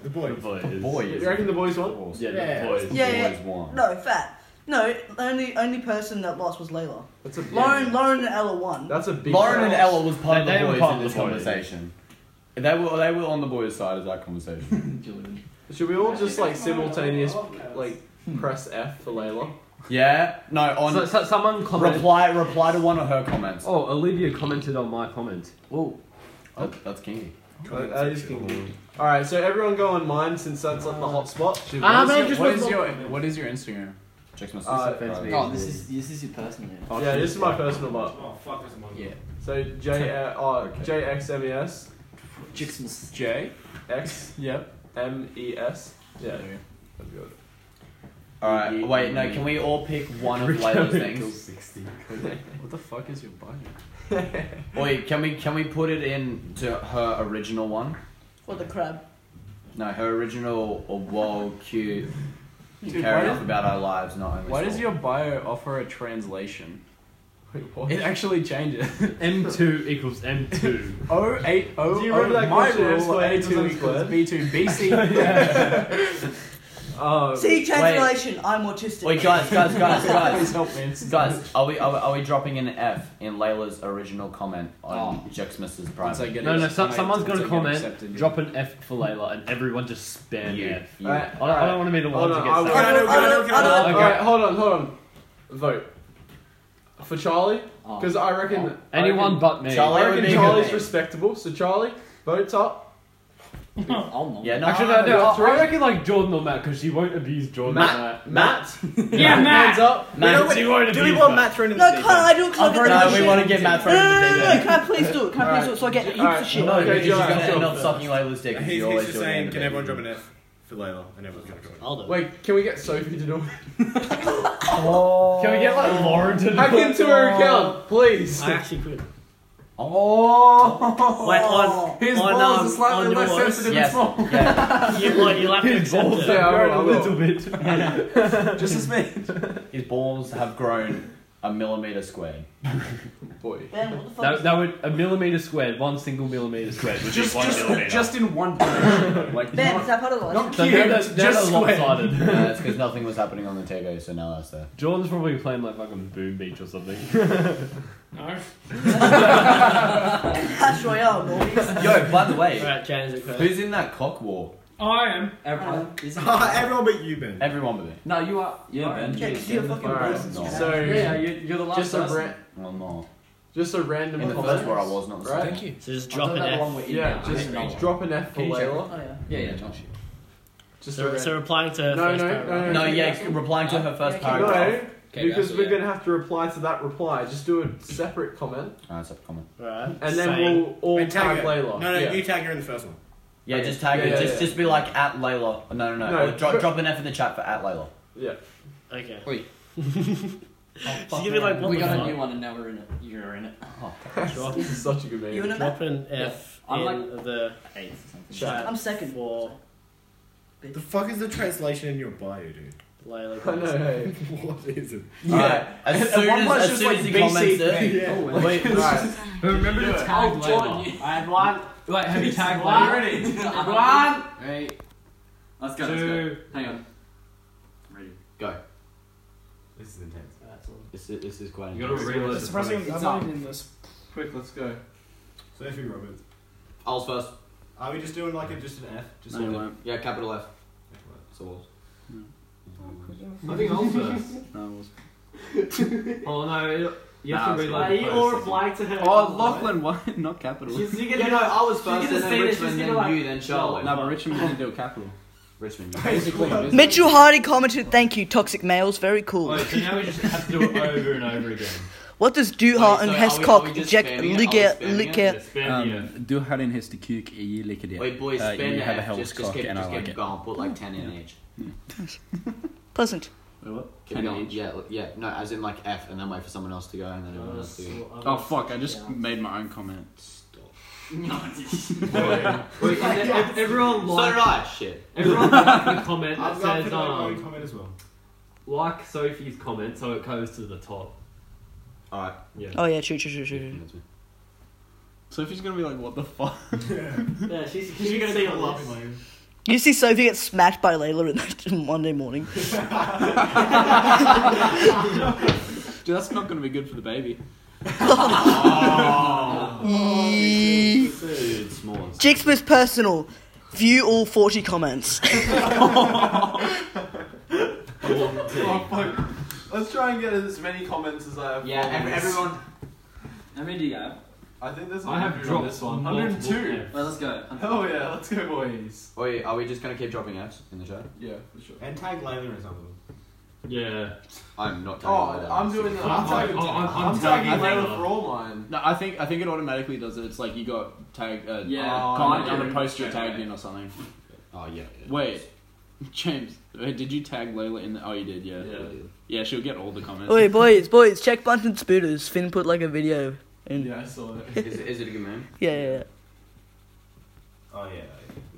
The boy.
The boys.
You reckon the boys won?
Yeah,
Yeah.
the boys.
Yeah, yeah.
one.
No, fat. No, only only person that lost was Layla.
That's a big.
Lauren, Lauren and Ella won.
That's a big.
Lauren and
shout.
Ella was part
They- they were
of the boys
part
in
of
this
the boys.
conversation. They were they were on the boys' side of that conversation.
Should we all just like simultaneous like press F for Layla?
yeah. No. On
So, so someone commented.
reply reply to one of her comments.
Oh, Olivia commented on my comment.
Oh, that's kingy.
That- that is kinky. All right, so everyone go on mine since that's like the hot spot.
Dude,
Ah,
what,
man,
is
just
your, what,
went
is
for-
your, what is your Instagram?
Checks my
Uh,
sister.
offends me.
Oh,
Oh, this is this is your person now.
Yeah, this is my personal one.
Oh fuck, there's a monkey.
Yeah.
So J uh, oh, JXMES
Jixmas.
J.
X
Yep.
M E S. Yeah.
There you
That's good.
All right. Wait. No. Can we all pick one of Layla's things?
What the fuck is your budget?
Wait. Can we can we put it in to her original one?
What the crab?
No, her original or whoa cute.
Dude, why
Caring
does-
enough about our lives, not only.
Why does
soul.
your bio offer a translation?
Wait, what?
It actually changes. Oh,
M2 equals M2.
0800
Do you remember that
oh, my
question,
rule,
S squared
A2
equals M
equals
squared?
B2 BC.
Um,
See, translation, I'm autistic.
Wait, guys, guys, guys,
Please
guys.
help me. It's-
Guys, are we, are we are we dropping an F in Layla's original comment on oh. Jexmas's
Once I
private?
get
No,
it-
no, so,
I-
someone's
once
got
I
to
get accepted,
comment,
yeah.
drop an F for Layla, and everyone just spam
You,
F.
you.
Alright,
I don't, Oh, I don't want to be the one
Hold
to
on,
get
I will-
sacked.
I don't, I don't, I don't,
Okay.
All right, hold on, hold on. Vote for Charlie because I reckon I
Anyone
reckon-
but me.
Charlie
I
would be
reckon
a good
Charlie's
name.
respectable. So Charlie, votes up.
I'll not.
Yeah, no,
Actually, no, no, I,
three.
I reckon like Jordan or Matt because she won't abuse Jordan.
Matt,
or
Matt,
Yeah,
hands up.
Matt,
Matt. She won't
Do we
abuse
want
Matt.
Matt thrown in
No,
the
can't
deep
I do can't get
no,
into
we
shit.
want to get Matt
No,
thrown
no,
in the
no,
deep
no, no,
end.
can I please do it? Can I please do it so I get heaps
Alright,
of shit?
No,
Okay,
because you're
Joe,
going to
Joe.
end up sucking Layla's dick. if
He's,
you
he's
always
just
do it in
saying,
the
can
deep
everyone
end.
drop an F for Layla? And everyone's gonna join.
I'll do it.
Wait, can we get Sophie to do it?
Can we get like Lauren to do
Hack
it?
into her account, please.
I actually could.
Oh!
Wait, on,
His
on,
balls
um,
are slightly
on
less
yours.
sensitive
Yes.
and small.
Yeah.
You, like, you'll have to
His
accept
balls
it.
Yeah, I
are
will, I
growing a
will.
little bit.
Just as me.
His balls have grown a millimeter squared.
Boy.
Ben, what the fuck?
Um,
That, that would a millimeter squared, one single millimeter squared, which
Just,
is one millimeter.
just, just in one direction. Like,
ben, is
not,
that part of the
not
life?
so now
cubed,
that's
just
just
square.
lopsided.
No, that's because nothing was happening on the Tego, so now that's there.
Jordan's probably playing like fucking Boom Beach or something.
No.
Clash Royale, Normies.
Yo, by the way,
Alright, James, it first.
who's in that cock war?
I am.
Everyone. Is
Ah, everyone but you, Ben.
Everyone but me.
no, you are.
Yeah,
you are-
Ben.
Yeah, 'cause you're fucking
Alright,
racist.
no.
you
So
Yeah, you're, you're the last
just a
person.
brand.
Well, no.
Just a random
In the
comment,
first where I was, not the
right?
second. Thank you.
So just
I've done
drop an
that
F.
wrong way.
Yeah,
Yeah,
just
I think-
drop an F for
Can you check
Layla.
it? Yeah, yeah, don't shoot.
Just
So,
a
so
random.
replying to her
No,
first
no,
paragraph.
no, no,
No,
no.
yeah, replying to her first
No,
paragraph.
Okay,
because
that's-
we're
yeah.
gonna have to reply to that reply. Just do a separate comment,
No, that's a comment.
Right.
and then
Saying-
we'll all
And
tag
her.
Layla.
No, no,
yeah.
you tag her in the first one.
Yeah, just tag
Yeah,
it.
yeah,
just,
yeah.
just be like at Layla. No, no, no.
No,
or drop,
but-
drop an F in the chat for at Layla.
yeah.
Okay.
Wait.
Just give me like what
we
the
got
fuck?
a new one and now we're in it. You're in it. Oh,
Drop,
This is such a good
You
meme.
in it?
drop an F
I'm
in
like-
the
Eighth.
Chat.
chat
I'm second.
for
The fuck is the translation in your bio, dude?
Layla.
I know. Hey.
what is it?
Yeah. As soon
one
as,
punch
as,
is
soon
like
as he
BC.
comments it.
Yeah.
Wait,
Right.
But remember to tag
Oh, John,
Layla.
you- I had one.
Like, have you tagged
One.
Layla?
One. Right.
Let's go. Let's go.
Two.
Hang on. Ready. Go.
This is intense.
This is, this is quite.
You gotta
intense.
reload.
It's surprising I'm
It's
not
up.
even in this.
Quick, let's go.
Sophie Roberts.
I was first.
Are we just doing like a, just an F? Just
No,
like
you
a-
won't. Yeah, capital F. So it was.
I think I'll first.
No, it was.
Oh no, it- you
Nah,
have to
it's
reload.
fine.
Are you all replying to her?
Oh, Lachlan won, not capital.
She's- you're
yeah,
gonna-
no, I was
you're
first,
gonna
and
say
then
that she's
Richmond,
gonna
then
like-
you, then Charlotte.
no, but Richmond didn't do a capital.
Richmond.
Basically,
Mitchell Hardy commented, "Thank you, toxic males. Very cool."
Wait, so now we just have to do it over and over again.
What does
Wait,
Duha
so
and
are we- are we
Hescock,
just
Jack,
spamming it? Are we
Ligger,
spamming it?
Licker?
Just spam the F.
Um, do hard and his to cuke, you lick it
Wait, boys,
Uh,
spend
you
the
have a
F.
hell of
Just,
a
just
cock,
keep,
and
just
I
keep
like it.
going. Put like ten in each.
Pleasant.
Keep going. Yeah, look, yeah. No, as in like F, and then wait for someone else to go, and then everyone else to. go.
Oh fuck! I just made my own comment.
Stop.
Wait, and then ev- everyone
So did
like,
I. Shit.
everyone like the comment that
I've got to
says,
put my own
um,
comment as well.
like Sophie's comment, so it goes to the top.
All right.
Yeah.
Oh yeah, true, true, true, true. true.
Sophie's gonna be like, "What the fuck?"
Yeah, she's, she's, gonna say all this.
You see Sophie get smacked by Layla in that Monday morning.
Dude, that's not gonna be good for the baby.
Yee.
Dude, s'mores.
Jixper's personal. View all 40 comments.
Oh, fuck. Let's try and get as many comments as I have.
Yeah, ev-
comments.
everyone.
How many do you have?
I think there's.
I have
100
dropped
on
this one. multiple
102.
times.
Well, let's go.
Hell yeah, let's go, boys.
Wait, are we just gonna keep dropping Fs in the chat?
Yeah, for sure.
And tag Layla as one of them.
Yeah.
I'm not. tagging all
Oh,
that.
I'm doing that. I'm
Oh,
tagging.
oh, I'm- I'm
I'm tagging
tagging
Layla
Layla.
for all mine.
No, I think I think it automatically does it. It's like you got tagged, uh,
Yeah.
Oh,
comment
yeah.
on a post you're
Yeah, yeah.
tagged in or something.
Oh yeah. yeah.
Wait, James, wait, did you tag Layla in the? Oh, you did. Yeah.
Yeah.
Yeah, she'll get all the comments.
Oi, boys, boys, check Bunt and Spooters. Finn put like a video. And
Yeah, I saw that.
Is, it- is it a good man?
yeah, yeah, yeah.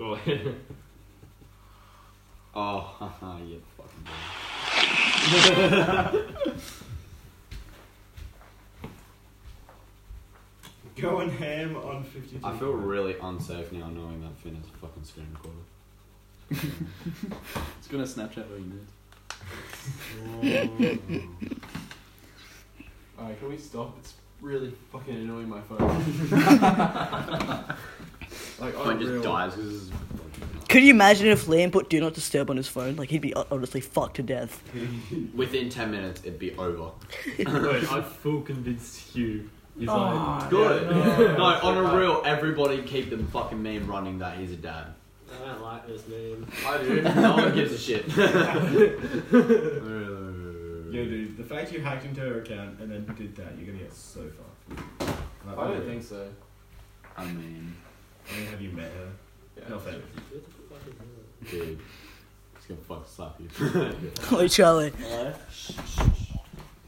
Oh yeah.
Oh,
Oh, haha, yeah, fucking. boy.
Going ham on 52.
I feel really unsafe now knowing that Finn is a fucking screen recorder.
It's gonna Snapchat what you need.
Alright, can we stop? It's really fucking annoying my phone. like,
Finn
oh,
just
real.
dies because.
Could you imagine if Liam put Do Not Disturb on his phone? Like, he'd be o- honestly fucked to death.
Within 10 minutes, it'd be over.
Wait, I full convinced Hugh. He's
Oh.
like,
Good.
no.
no, on a real, everybody keep the fucking meme running that he's a dad.
I don't like this name.
I do.
No one gives a shit.
Yo, dude, the fact you hacked into her account and then did that, you're gonna get so fucked. Like,
I don't think so.
I mean,
I mean, have you met her?
Yeah.
No offense.
Dude. It's gonna fuck slap you.
Oi, Charlie.
Hello?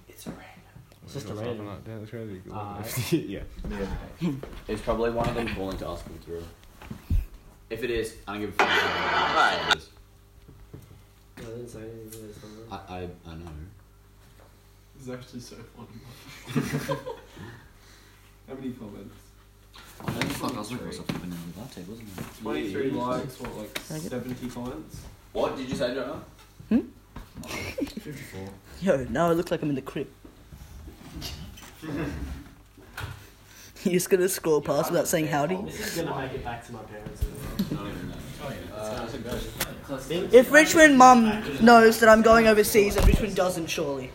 it's alright.
It's just a random.
That's crazy.
Uh,
yeah.
It's probably one of them calling to ask me through. If it is, I don't give a fuck. Right.
I didn't say anything. it's not
I, I, I know.
It's actually so funny. How many comments?
I don't fuck, I was looking for something vanilla latte, wasn't it?
23 likes, what, like
I get-
70 comments?
What did you say, Jonah?
Yo, now I look like I'm in the crib. You're just gonna scroll past without saying howdy?
real. This is gonna make it back to my parents. as well.
If Richmond mum knows that I'm going overseas and Richmond doesn't, surely.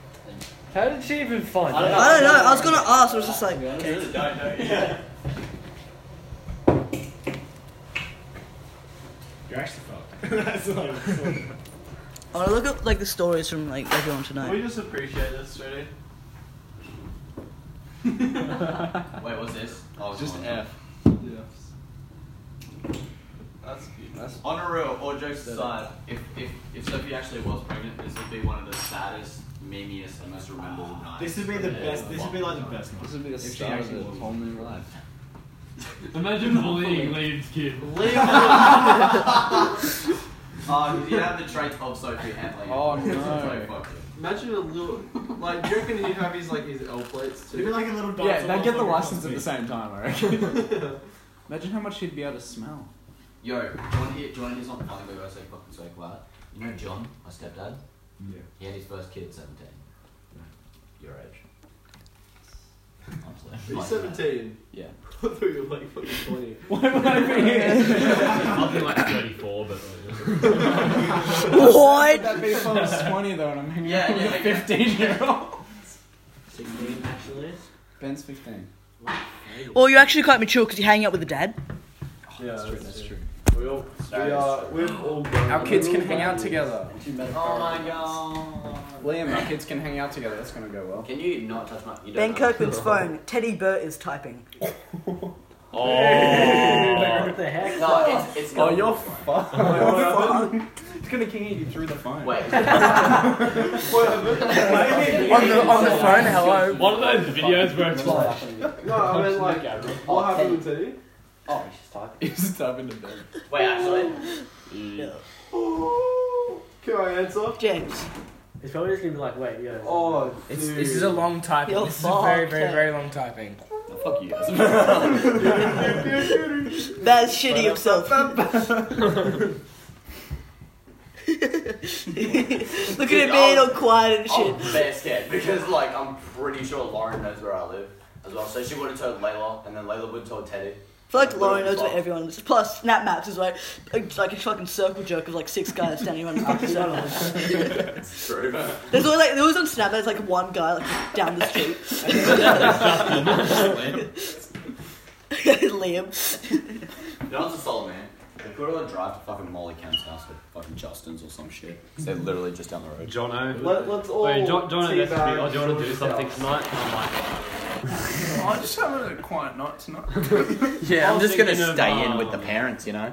How did she even find
I
that?
don't know. I was gonna ask. I was just like, okay.
You're actually fucked. That's not even
I want to look up like the stories from like everyone tonight.
we just appreciate this, ready?
Wait, what's this? Oh, it's
Just
on.
F.
That's beautiful. That's
On a real, all jokes aside, if, if, if Sophie actually was pregnant, this would be one of the saddest, memeiest, and most memorable nights.
Ah. This would be the
Yeah,
best. This would be like the best.
This would be the
If she
start of
actually
a
was.
whole new life.
Imagine bullying Liam's kid.
Oh, you have the traits of Sophie and Liam.
Oh,
It's
no.
so fucked.
Imagine a little, like, do you reckon he'd have his, like, his L plates
It'd be
too?
like a little dinosaur.
Yeah, they'd get the
fucking
license at the
cockpit.
same time, I reckon. Imagine how much he'd be able to smell.
Yo, do you want to hear, do you want to hear something funny about so fucking so quiet? You know John, my stepdad?
Yeah.
He had his first kid at 17. Your age. I'm sorry.
Are you 17?
Yeah.
I thought you were, like, fucking 20.
Why would I be here?
I'll be like 34, but.
What?
That'd be if I was 20 though, and I'm hanging
Yeah,
out with
yeah,
a
yeah.
15 year old.
16 actually.
Ben's 15.
Well, you're actually quite mature because you're hanging out with the dad.
Yeah,
That's true, Uh, that's true.
We all, we
That is
are, we've all
Our kids can hang out together.
Oh my god.
Liam, our kids can hang out together. That's gonna go well.
Can you not touch my. You don't
Ben
know.
Kirkman's phone. Teddy Burt is typing.
What the heck?
No, it's, it's
Oh,
not-
you're fucked.
It's gonna king you through the phone.
Wait.
On the on the phone. Hello.
One of those videos where it's like,
No, I mean, like, what happened with Teddy?
Oh, she's typing.
He's diving to bed.
Wait, actually.
Can I answer?
James.
It's probably just gonna be like, wait, yo.
Oh,
It's,
dude.
this is a long typing.
You're
this is a very,
fucked.
very, very long typing.
Fuck you guys.
That's shitty himself. Look at him being all quiet and shit.
I'm fair scared because like I'm pretty sure Lauren knows where I live as well. So she would have told Layla, and then Layla would have told Teddy.
I feel like Lauren knows where everyone is. Plus, Snap Maps is like, it's like a fucking circle jerk of like six guys standing around a fucking circle.
It's true.
There's always like, there was on Snap, there's like one guy like down the street. Liam.
John's a solid man. They put on a drive to fucking Molly Kemp's house with fucking Justin's or some shit. 'Cause they're literally just down the road.
Jono.
Let, let's all.
Oh,
wait, John, John messaged me,
teabag
oh, do you want to do
George
something
Stout.
tonight? And I'm like,
I'm just having a quiet night tonight.
Yeah,
I'm just gonna stay
uh,
in with the
parents, you know.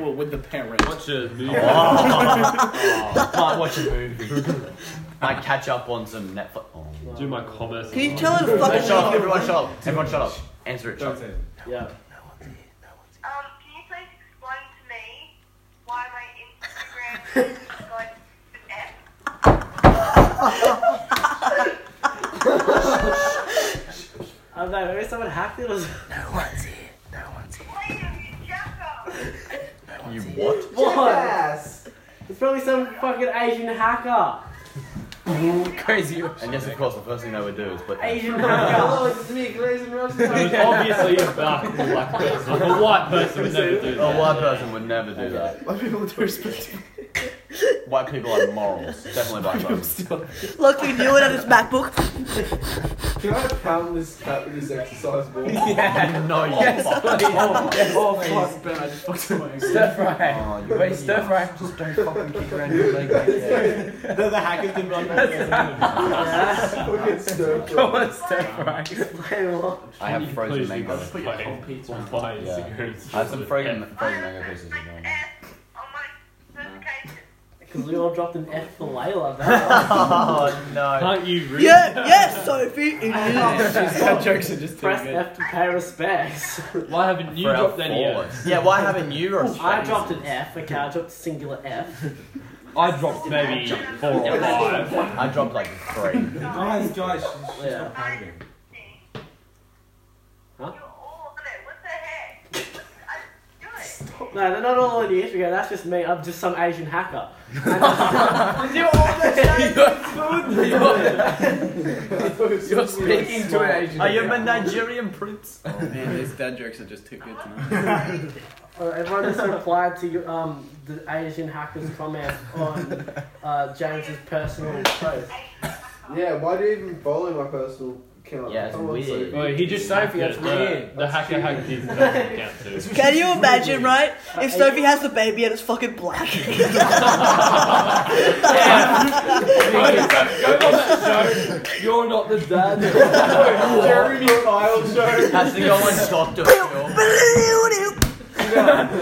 well, with the parents.
watch a movie.
Might watch a movie. Might catch up on some Netflix. Oh.
Do my commerce.
Can you tell her to fucking
shut up! Everyone, shut up! Everyone, shut up! Answer it. Shut
Don't
up.
say it.
Yeah.
Um, can you please explain to me why my Instagram is like an F?
I don't know, maybe someone hacked it or something.
Liam, you jackass!
You what?
What?
Yes.
It's probably some fucking Asian hacker.
Crazy.
And yes, of course, the first thing they would do is put.
Asian
Hello,
hacker.
it's me, Grayson
It
Russell.
was obviously a black, a black person. A white person would never do
A
that.
white person would never do that.
White people do respect
White people are morals. Definitely black people.
luckily knew it on his MacBook.
Can I pound this cat with this exercise ball?
no, you yes.
Oh, fuck, Ben, I just fucked up my
Stir fry.
Oh, you
Wait, stir fry. Just don't fucking kick around your leg like that.
The, the hackers did not know.
Fucking stir
Come
fry.
on, stir fry.
I have frozen
Please, you
mango.
guys fucking will buy
Yeah.
cigarettes.
I have some frozen, frozen mango
I
pieces.
was
as
an
well.
F on my notification.
Because we all dropped an F for Layla. man.
Oh no!
Can't you read?
Yeah, yes, Sophie. It is.
That jokes are just too
Press
good.
F to pay respects.
Why haven't you
For our
dropped any yet?
forwards. Yeah, why haven't you? Or
I dropped an F, okay, I dropped a singular F.
I dropped maybe four or five.
I dropped like three.
Guys, guys, she's, she's
Yeah.
not hiding.
Huh?
You're all on it. What the heck? I do it.
No, they're not all on the Instagram, that's just me, I'm just some Asian hacker.
You're speaking to an Asian.
a Nigerian prince?
Oh, man, these dad jokes are just too good tonight.
Uh, everyone just replied to your, um, the Asian hacker's comment on uh, James's personal post.
Yeah, why do you even follow my personal account?
Yeah, it's
Come on,
weird.
Sophie.
Wait, he just- Sophie, that's
Yeah,
weird.
that's
The hacker
cute.
hacked his personal account too.
Can you imagine, right?
Uh,
If Sophie has the baby and it's fucking black.
You're not the dad. Jeremy Kyle show.
Has to go on Dr. Phil.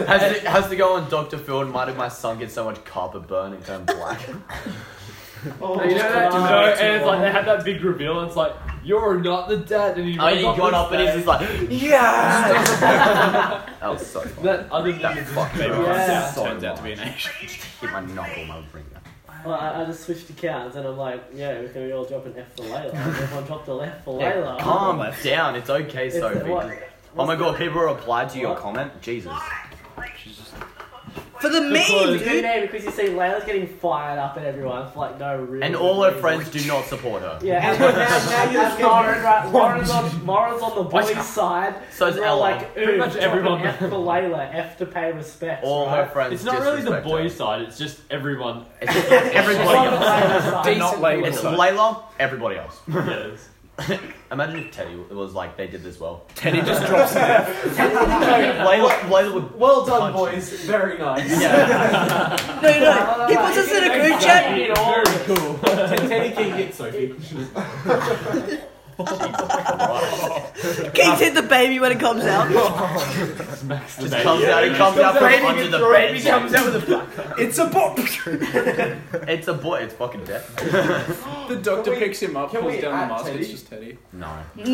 has, to, has to go on Dr. Phil and might have my son get so much carpet burn and turn black.
Oh, you know that? You know, and it's like they had that big reveal, and it's like, you're not the dad. And he
Oh,
runs
he
up
got
on
up and he's
stage.
just like, "Yes!" that was so funny.
That other
That fucking
baby.
yeah.
Yeah.
so
Turns
out to be an Asian. Hit my knuckle, my finger.
Well, I, I just switched accounts and I'm like, yeah, can we all drop an F for Layla? And Everyone dropped a left for
Yeah,
Layla.
calm down, it's okay,
It's the-
Sophie.
what-
oh my god, people replied to your comment? Jesus.
For the
Because, you know, because you see Layla's getting fired up at everyone for like no real
And all her
reason.
friends do not support her.
Yeah, and now, now you have Lauren, right? Lauren's on, Lauren's on the boys' side.
So is
We're all
Ella.
like,
Pretty
ooh,
much
drop
everyone.
an F for Layla, F to pay respect.
All
right?
her friends.
It's not really the
disrespect her.
boy side, it's just everyone.
It's just everybody
It's not
else.
Layla. Decent people.
It's Layla, everybody else.
Yes.
Imagine if Teddy it was like they did this well.
Teddy just drops it.
Layla, Layla would
Well done, boys. Very nice.
Yeah.
No, no, he puts us in a group chat.
Very cool. Teddy can get Sophie.
Kings hit the baby when it comes out.
Smacks the
Just
baby.
comes out and comes out from under the bed.
It's a book.
It's a boy. It's fucking death.
the doctor picks him up,
can
pulls
we
down the
add
mask. It's
Teddy?
just Teddy.
No.
No,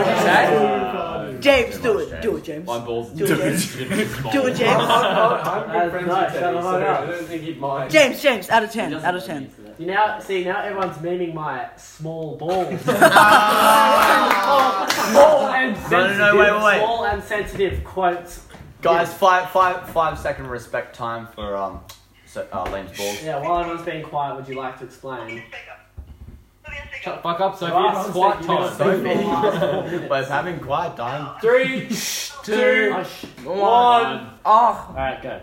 no. James, do it, do it, James.
My balls.
Do it, James. Do it,
I'm,
James.
I'm, I'm good friends
That's nice.
with Teddy,
Shut
so
up.
I don't think he'd mind.
James, James, out of ten, out of ten.
You now see now everyone's memeing my small balls.
Ah!
small and sensitive.
No, no, no, wait, wait, wait.
Small and sensitive quotes.
Guys, five, five, five second respect time for um, so, uh, Lane's balls.
Yeah, while everyone's being quiet, would you like to explain?
Shut fuck up,
Sophie, Right, it's squat Sophie, time.
So
you're gonna speak for the last four minutes.
But if having quiet time.
Three,
two,
Oh, sh-
one.
Oh. All right, go.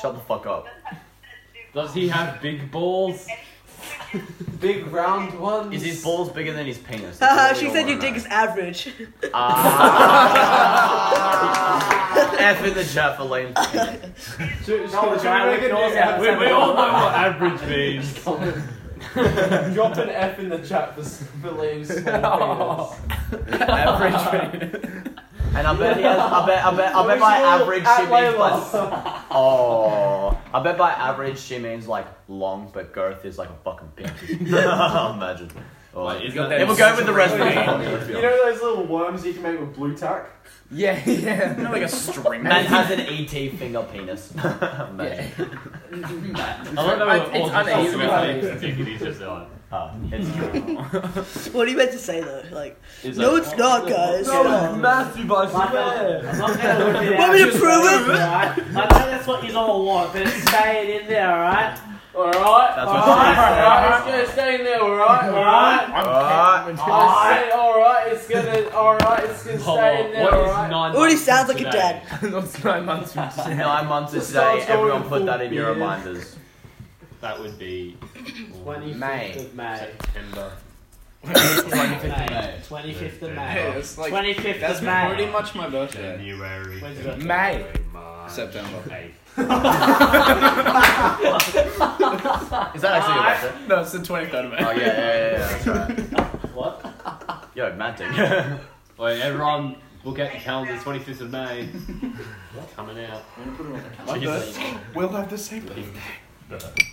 Shut the fuck up.
Does he have big balls?
big round ones.
Is his balls bigger than his penis?
Haha, she said your dick is average.
Ah. F in the chat for Lane's penis.
Should,
No, we can all- we can all say-
We, we all know what average means.
Drop an F in the chat for, for Liam's small
average penis. And I bet he has. I bet. I bet. I bet by
Small
average
at
she means by.
Layla.
s- Oh, I bet by average she means like long, but girth is like a fucking pinky. Imagine. Oh,
isn't
yeah,
that-
we'll go with the rest of
penis.
the
you know those little worms you can make with blue tack?
Yeah, yeah. like a string. Man has an ET finger penis. Imagine.
It's uneven.
Ah, it's true.
What are you meant to say though? Like,
It's
no,
like-
it's not, guys.
No,
Shut
it's
up.
massive, I
uh, I'm
swear.
not gonna look it out.
Want me to
Just
prove it?
right? I know that's what you all want, but say it in there, alright? Alright?
That's
alright,
what she
alright, Ah. It's gonna
said.
stay in there, alright? Alright?
Alright.
Alright.
Alright, it's gonna, alright, it's gonna stay in there,
What is
alright.
nine months
Already sounds like a
today?
dad.
What's nine months from today?
Nine months is
The sun's
today. Everyone
going
put
full
that in your
beard.
reminders.
That would be
25th
May.
of May.
September.
25th of May. 25th of May.
Hey, that's like-
25th
that's
of May.
pretty much my birthday.
January.
When's your birthday?
May. September.
Is that actually
Ah.
your birthday?
No, it's the 23rd of May.
Oh yeah, yeah, yeah. yeah. That's right.
What?
Yo, mad dick.
Wait, everyone, look at the calendar. 25th of May. Coming out. Jesus.
We'll have the same birthday.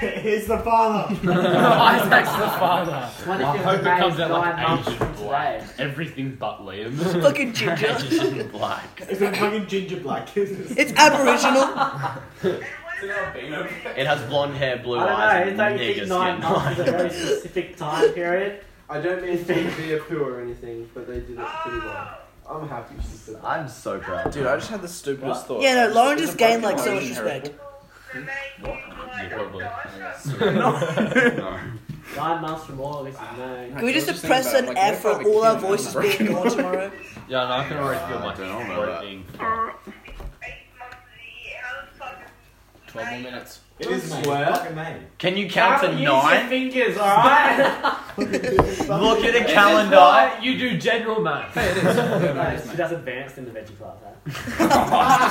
He's the father.
Isaac's
the father.
What if
I
your
hope it
name
comes
is
out
nine
like
months
Asian
from
black.
today?
Everything but Liam.
Fucking ginger.
Asian black.
It's a fucking ginger black.
It's aboriginal.
It has blonde hair, blue
I
eyes,
don't
and
know, it's
nigger
only nine months is a very
skin.
specific time period.
I don't mean to be a poo or anything, but they did it pretty well. I'm happy she said that.
I'm so proud.
Dude, I just had the stupidest thought.
Yeah, no, Lauren
It's
just
a
gained
fucking
like so much
Asian
respect.
heritage. Yeah, probably.
Nine months from August is May.
Can we just press an F for all our voices being gone tomorrow?
Yeah, no, I can already feel my throat being.
12 more minutes.
It is May. Swear. Fucking May.
Can you count to
Can't use your
nine?
fingers, alright?
Look at a
This is
calendar.
why you do general math.
Hey, it is. she does advanced in the veggie class,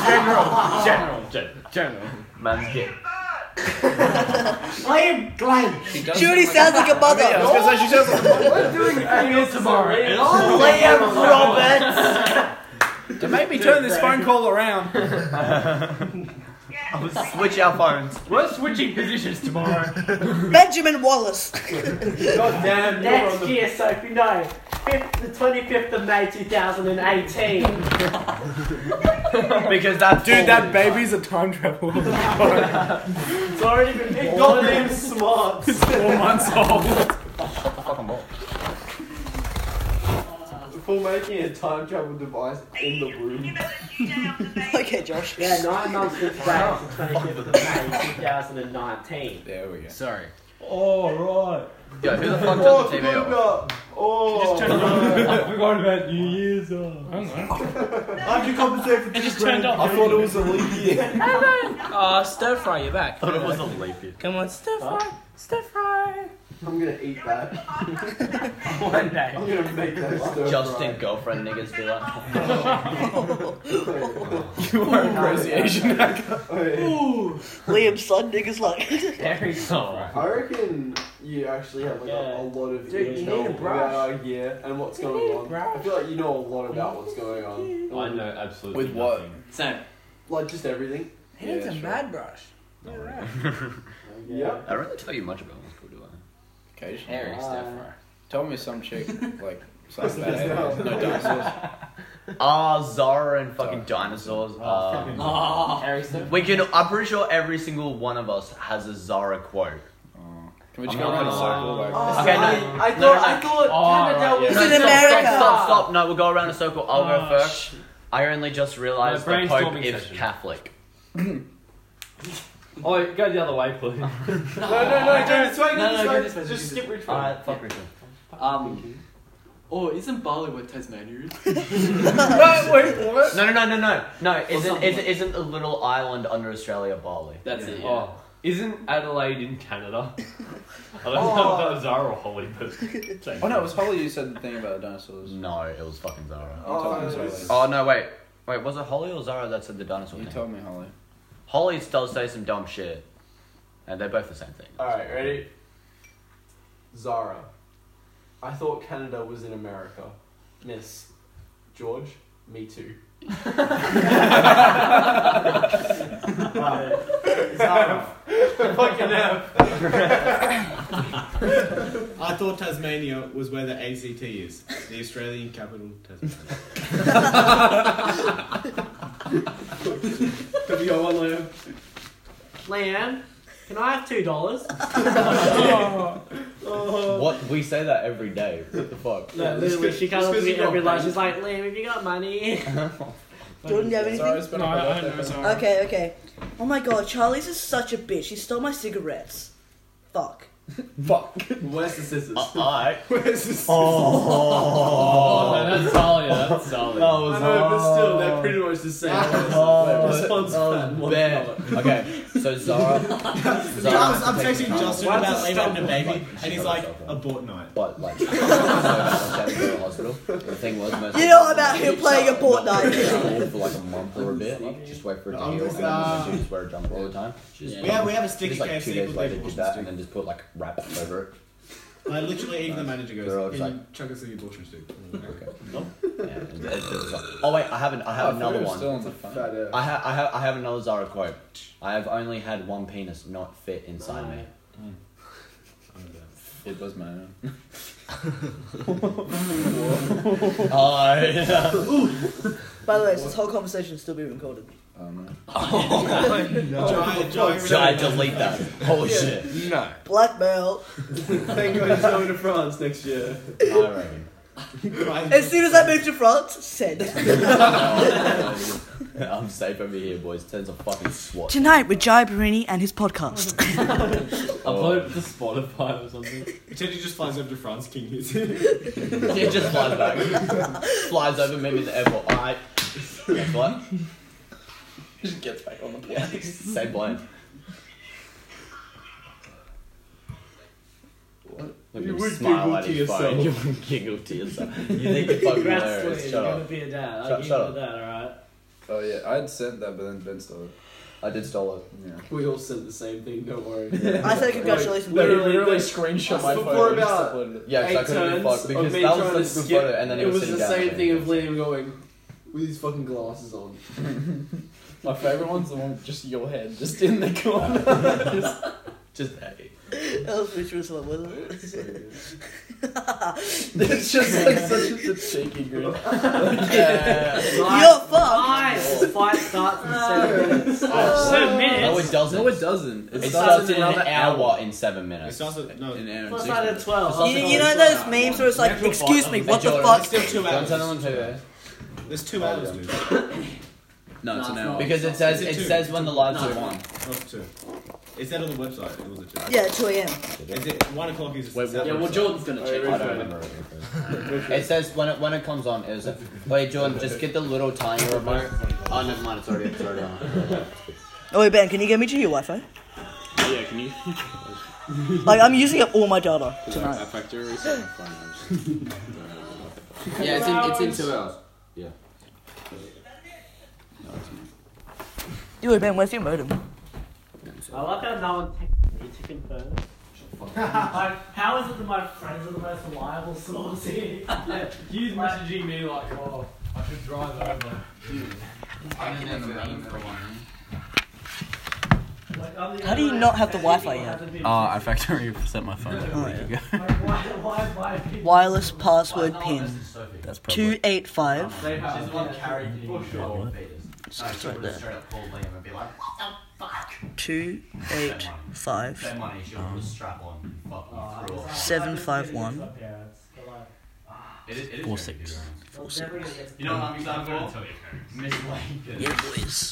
General,
huh?
general, gen- general. Man's gay.
Liam Glenn.
She does
Judy
sound
sounds
like-
like a mother.
Yeah, I was gonna say she sounds like a mother. We're doing
Angus tomorrow.
Liam Roberts.
To make me turn this phone call around.
I'll switch our phones.
We're switching positions tomorrow.
Benjamin Wallace.
God damn, you're
Next
on the-
year, Sophie, no. Fifth, the 25th of May 2018.
because that
dude, that baby's a time travel.
it's already been
It
born.
got them smart.
Four months old.
For making a time travel device in the room.
okay, Josh.
Yeah, nine months since back to 25th of May 2019.
There we go.
Sorry.
Alright.
Yo, who the fuck does
Oh,
the TV off?
Oh, I forgot about New Year's. Oh.
How'd you compensate for
It just
grand?
turned off.
I thought it was a leap year.
Oh, stir fry, you're back.
Thought it was a leap year.
Come on, stir fry, stir fry.
I'm gonna eat that.
One day.
I'm gonna make that stir
Justin girlfriend niggas be like. you are a crazy Asian
Ooh. Liam's son niggas like.
I reckon you actually have like a, a lot of
Dude, you
intel
need a brush.
about our year and what's going on. I feel like you know a lot about what's going on.
I know absolutely.
With what?
Same.
Like just everything.
He needs a mad brush.
Yeah.
I don't really tell you much about school, do I?
Occasionally.
Harry stir fry.
Tell me some chick, like,
What's
something
the best
about it.
one?
No dinosaurs.
Ah, Zara and fucking dinosaurs. Ah.
Um,
Harry stir
We can. I'm pretty sure every single one of us has a Zara quote.
Can we just go around in a circle? Like,
Oh,
Okay, no,
I, I
no, no,
thought I
no.
thought
Oh,
Canada
right, yeah.
was
No,
in
stop,
America.
Stop, stop, stop. No, we'll go around a circle. I'll
Oh,
go first. I only just realised
No,
the Pope
brainstorming
is
session.
Catholic.
Oh, go the other way, please.
No, no, no, don't it's fine,
No, no, go
it's fine.
this way,
Just
go this
skip which one.
Alright, fuck Richard.
Um, oh, isn't Bali what Tasmania is?
No, no, no, no, no. No, isn't,
something
isn't, isn't a little island under Australia Bali?
That's it. Yeah.
Oh, isn't Adelaide in Canada? I don't know if
Oh.
that was Zara or Holly, but.
oh no, it was Holly who said the thing about dinosaurs.
No, it was fucking Zara.
You told
Oh,
me so
it's-
later.
Oh, no, wait. Wait, was it Holly or Zara that said the dinosaur
You
thing?
told me, Holly.
Holly does say some dumb shit. And they're both the same thing.
Alright, ready? Zara. I thought Canada was in America. Miss. George, me too.
Zara.
Fucking hell.
I thought Tasmania was where the ACT is, the Australian capital, Tasmania.
Have you got one, Liam?
Liam, can I have two dollars?
What? We say that every day. What the fuck?
No, literally, she comes up to
Just 'cause
me
you got
every lunch.
paid.
She's like, Liam, have you got money?
Jordan, do you have
Sorry, it's
anything?
been
No,
a
I- I
hot day.
know Zara.
Okay, okay. Oh my god, Charlie's is such a bitch. He stole my cigarettes. Fuck.
Fuck.
Where's the scissors?
Alright.
Where's the scissors?
Oh.
no, that's Zara, yeah, that's Zara.
I
Oh.
know, but still, they're pretty much the same.
Oh,
Response fan, one
bad.
colour.
Okay, so Zara. Zara
Just- I'm
takes
texting
another-
Justin
Why
about
does it
Liam
stop
having a baby,
like, she
and he's
knows
like,
that one.
abort night.
But like, so I was to the hospital. The thing was, most
You know about him playing a Fortnite.
Travel for like a month or a bit, like, just wait for it to
I'm
heal, and
just,
then
uh,
she just wear a jumper all the time. She just-
We have- we have a sticky
just, like,
KFC
two days
with
later
label
did
on
that,
the
and then just put like wrap over it.
I literally even the manager goes,
They're all
"Can
just
you
like-
chuck us a abortion stick?"
Okay. And it was like, oh wait, I haven't. I have another one.
Still on the phone.
Fat ass.
I, ha- I, ha- I have another Zara quote. I have only had one penis not fit inside me.
Hmm. It was my own.
Oh, yeah.
By the way, this whole conversation is still being recorded.
Oh, no.
Jai- Jai
Should I
really-
delete that? Holy shit.
No.
Blackmail.
Thank God he's going to France next year.
I reckon.
As soon as I move to France, send.
I'm safe over here, boys. Turns a fucking SWAT.
Tonight with Jai Barini and his podcast.
Oh.
Upload it to Spotify or something.
Teddy just flies over to France, King hits it.
It just flies back. flies over me in the airport. Alright. Guess what?
Just gets back on the plane.
Yeah. Same plane. Look
You
at him
would
smile
giggle
at
to
his phone. You
yourself.
would giggle to yourself. You think you're fucking
Congrats,
hilarious.
Liam,
Shut
you're gonna
up.
be a dad. I'll
Shut-
give
shut
you
up.
that, alright?
Oh yeah, I had sent that, but then Ben stole it. I did stole it. Yeah.
We all said the same thing. Don't worry.
I said
Like,
congratulations.
Literally, literally
Literally,
screenshot
I
my
said
photo.
for about Yeah, 'cause I
eight
couldn't be
turns
fucked, because
of me
that was the
trying to
good
skip-
photo, and then
it
it was
was
sitting
the
down,
same
so-
thing of Liam going with his fucking glasses on. my favorite one's the one with just your head just in the corner. just,
just
That was pretty awesome, wasn't it?
it's just like such a, a cheeky grin.
You're fucked.
Oh.
Nice. Fight starts in seven minutes.
Oh,
Seven
No,
minutes.
it doesn't. No, it
doesn't.
It,
It
starts
starts
in an
another
hour, in seven minutes. It starts
at, no,
an
hour.
and
Plus
six
I had
minutes.
twelve.
You, you know those memes where it's like, excuse me, what the fuck?
Don't tell them on TV.
There's two hours, dude.
No, it's an hour.
Because it
Is
says
it
it
two?
says when the lights
No,
are on.
Oh, it's two. It said on the website it was a two.
Yeah, 2 a.m.
Is it one o'clock? Is Wait,
what website?
gonna
I don't remember. It says when it when it comes on. It was wait, Jordan, just get the little tiny remote.
Oh, never mind. It's already, it's already on.
Oh, wait, Ben, can you get me to your Wi Fi?
Yeah, can you?
Like, I'm using up all my data
Tonight.
tonight.
factory reset my phone. I'm just-
Yeah, it's in, it's in two hours.
Yeah.
Dude, Ben, where's your modem?
I like how no one texted me to confirm. Like, how is it that my friends are the most reliable source here?
Yeah, he's messaging me like, oh, I should drive over.
I'm in the running for one.
Like, I'm the
How do you
only
not have the
person
Wi-Fi
who
yet?
hasn't been-
Oh, I factory reset my phone like a week ago.
Why, why, why?
Wireless password pin.
That's
Two eight five.
She's the one carrying the
It's right
just
there.
straight up called Liam and be like, what the fuck?
Two eight five
Spend money, she'll just strap on.
Oh,
Fuck you, through all.
seven five one
It is- it is very
four six four six.
You know what I'm excited for? Miss Lincoln.
Yeah, boys.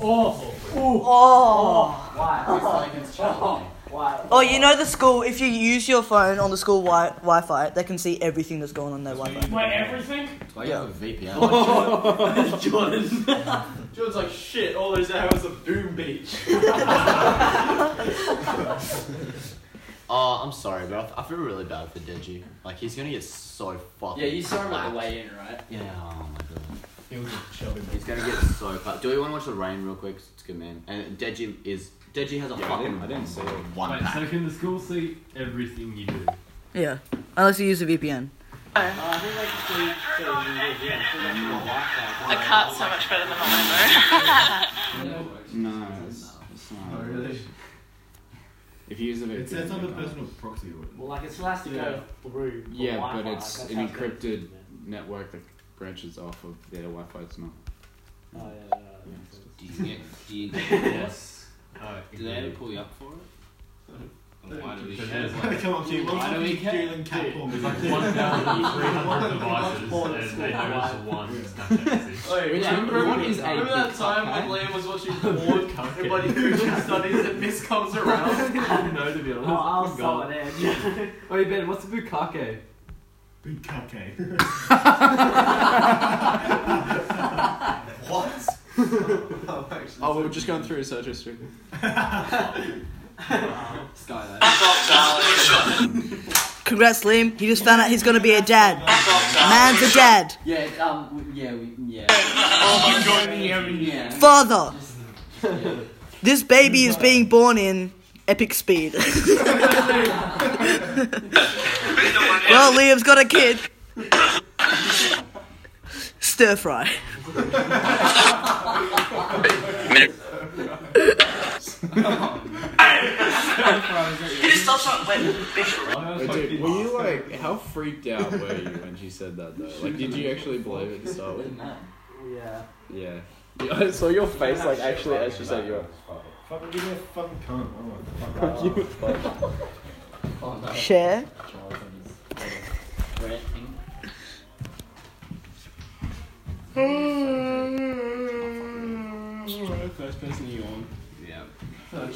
Oh,
Oh.
Why? Miss Lincoln's child.
Why?
Oh, you know the school. If you use your phone on the school wi- Wi-Fi, they can see everything that's going on their Wi-Fi.
Wait, everything?
Why you have a VPN?
Jordan. Jordan's like shit. All those hours of Boom Beach.
Oh, I'm sorry, but I, f- I feel really bad for Deji. Like he's gonna get so fucking.
Yeah, you saw him at the
clapped.
weigh in, right?
Yeah. Oh my god. He's gonna get so clapped. Do we want to watch the rain real quick? It's good, man. And Deji is Deji has a
Yeah, I
fucking.
didn't- I didn't see it.
One
Wait,
pack.
so can the school see everything you do?
Yeah, unless you use a VPN.
The cart's so much better than mine
No, it's, it's not.
Oh, really?
If you use the VPN,
It says on the
you can't.
personal proxy. order.
Well, like, it's last to go through. the
Yeah,
Wi-Fi,
but
like,
it's
that's
an
how it's gonna-
encrypted network that branches off of their Wi-Fi. It's not.
Oh, yeah, yeah, yeah, that makes sense.
Do you get? Do you get?
Yes.
Do they ever pull you up for it? And Why do we?
Come
care?
on, Come on, Keith. What's
Why do we
with you
care?
doing cat porn
It's
videos?
like 1,300 devices and they notice one Snapchat message.
Wait, remember, remember that time when Liam was watching porn? Everybody Christian studies and Miss comes around.
I don't know to be honest.
Oh, I'll sell
God.
it in.
Wait, Ben, what's a bukake?
Big cupcake.
What?
Oh, we were just going through a search history.
Congrats, Liam. He just found out he's gonna be a dad. Man's a dad.
Yeah, it's, um, w- yeah, we, yeah. oh my god, yeah, yeah.
Father. This baby is being born in epic speed. well, Liam's got a kid. Stir fry.
Wait, dude, were you like, how freaked out were you when she said that though? Like, did you actually believe it to start with?
Yeah.
Yeah. Yeah, I saw your face like actually as she said you.
Fucking give me a fucking cunt. Oh, fuck.
Fuck you. fuck.
Share.
First person you on.
Yeah.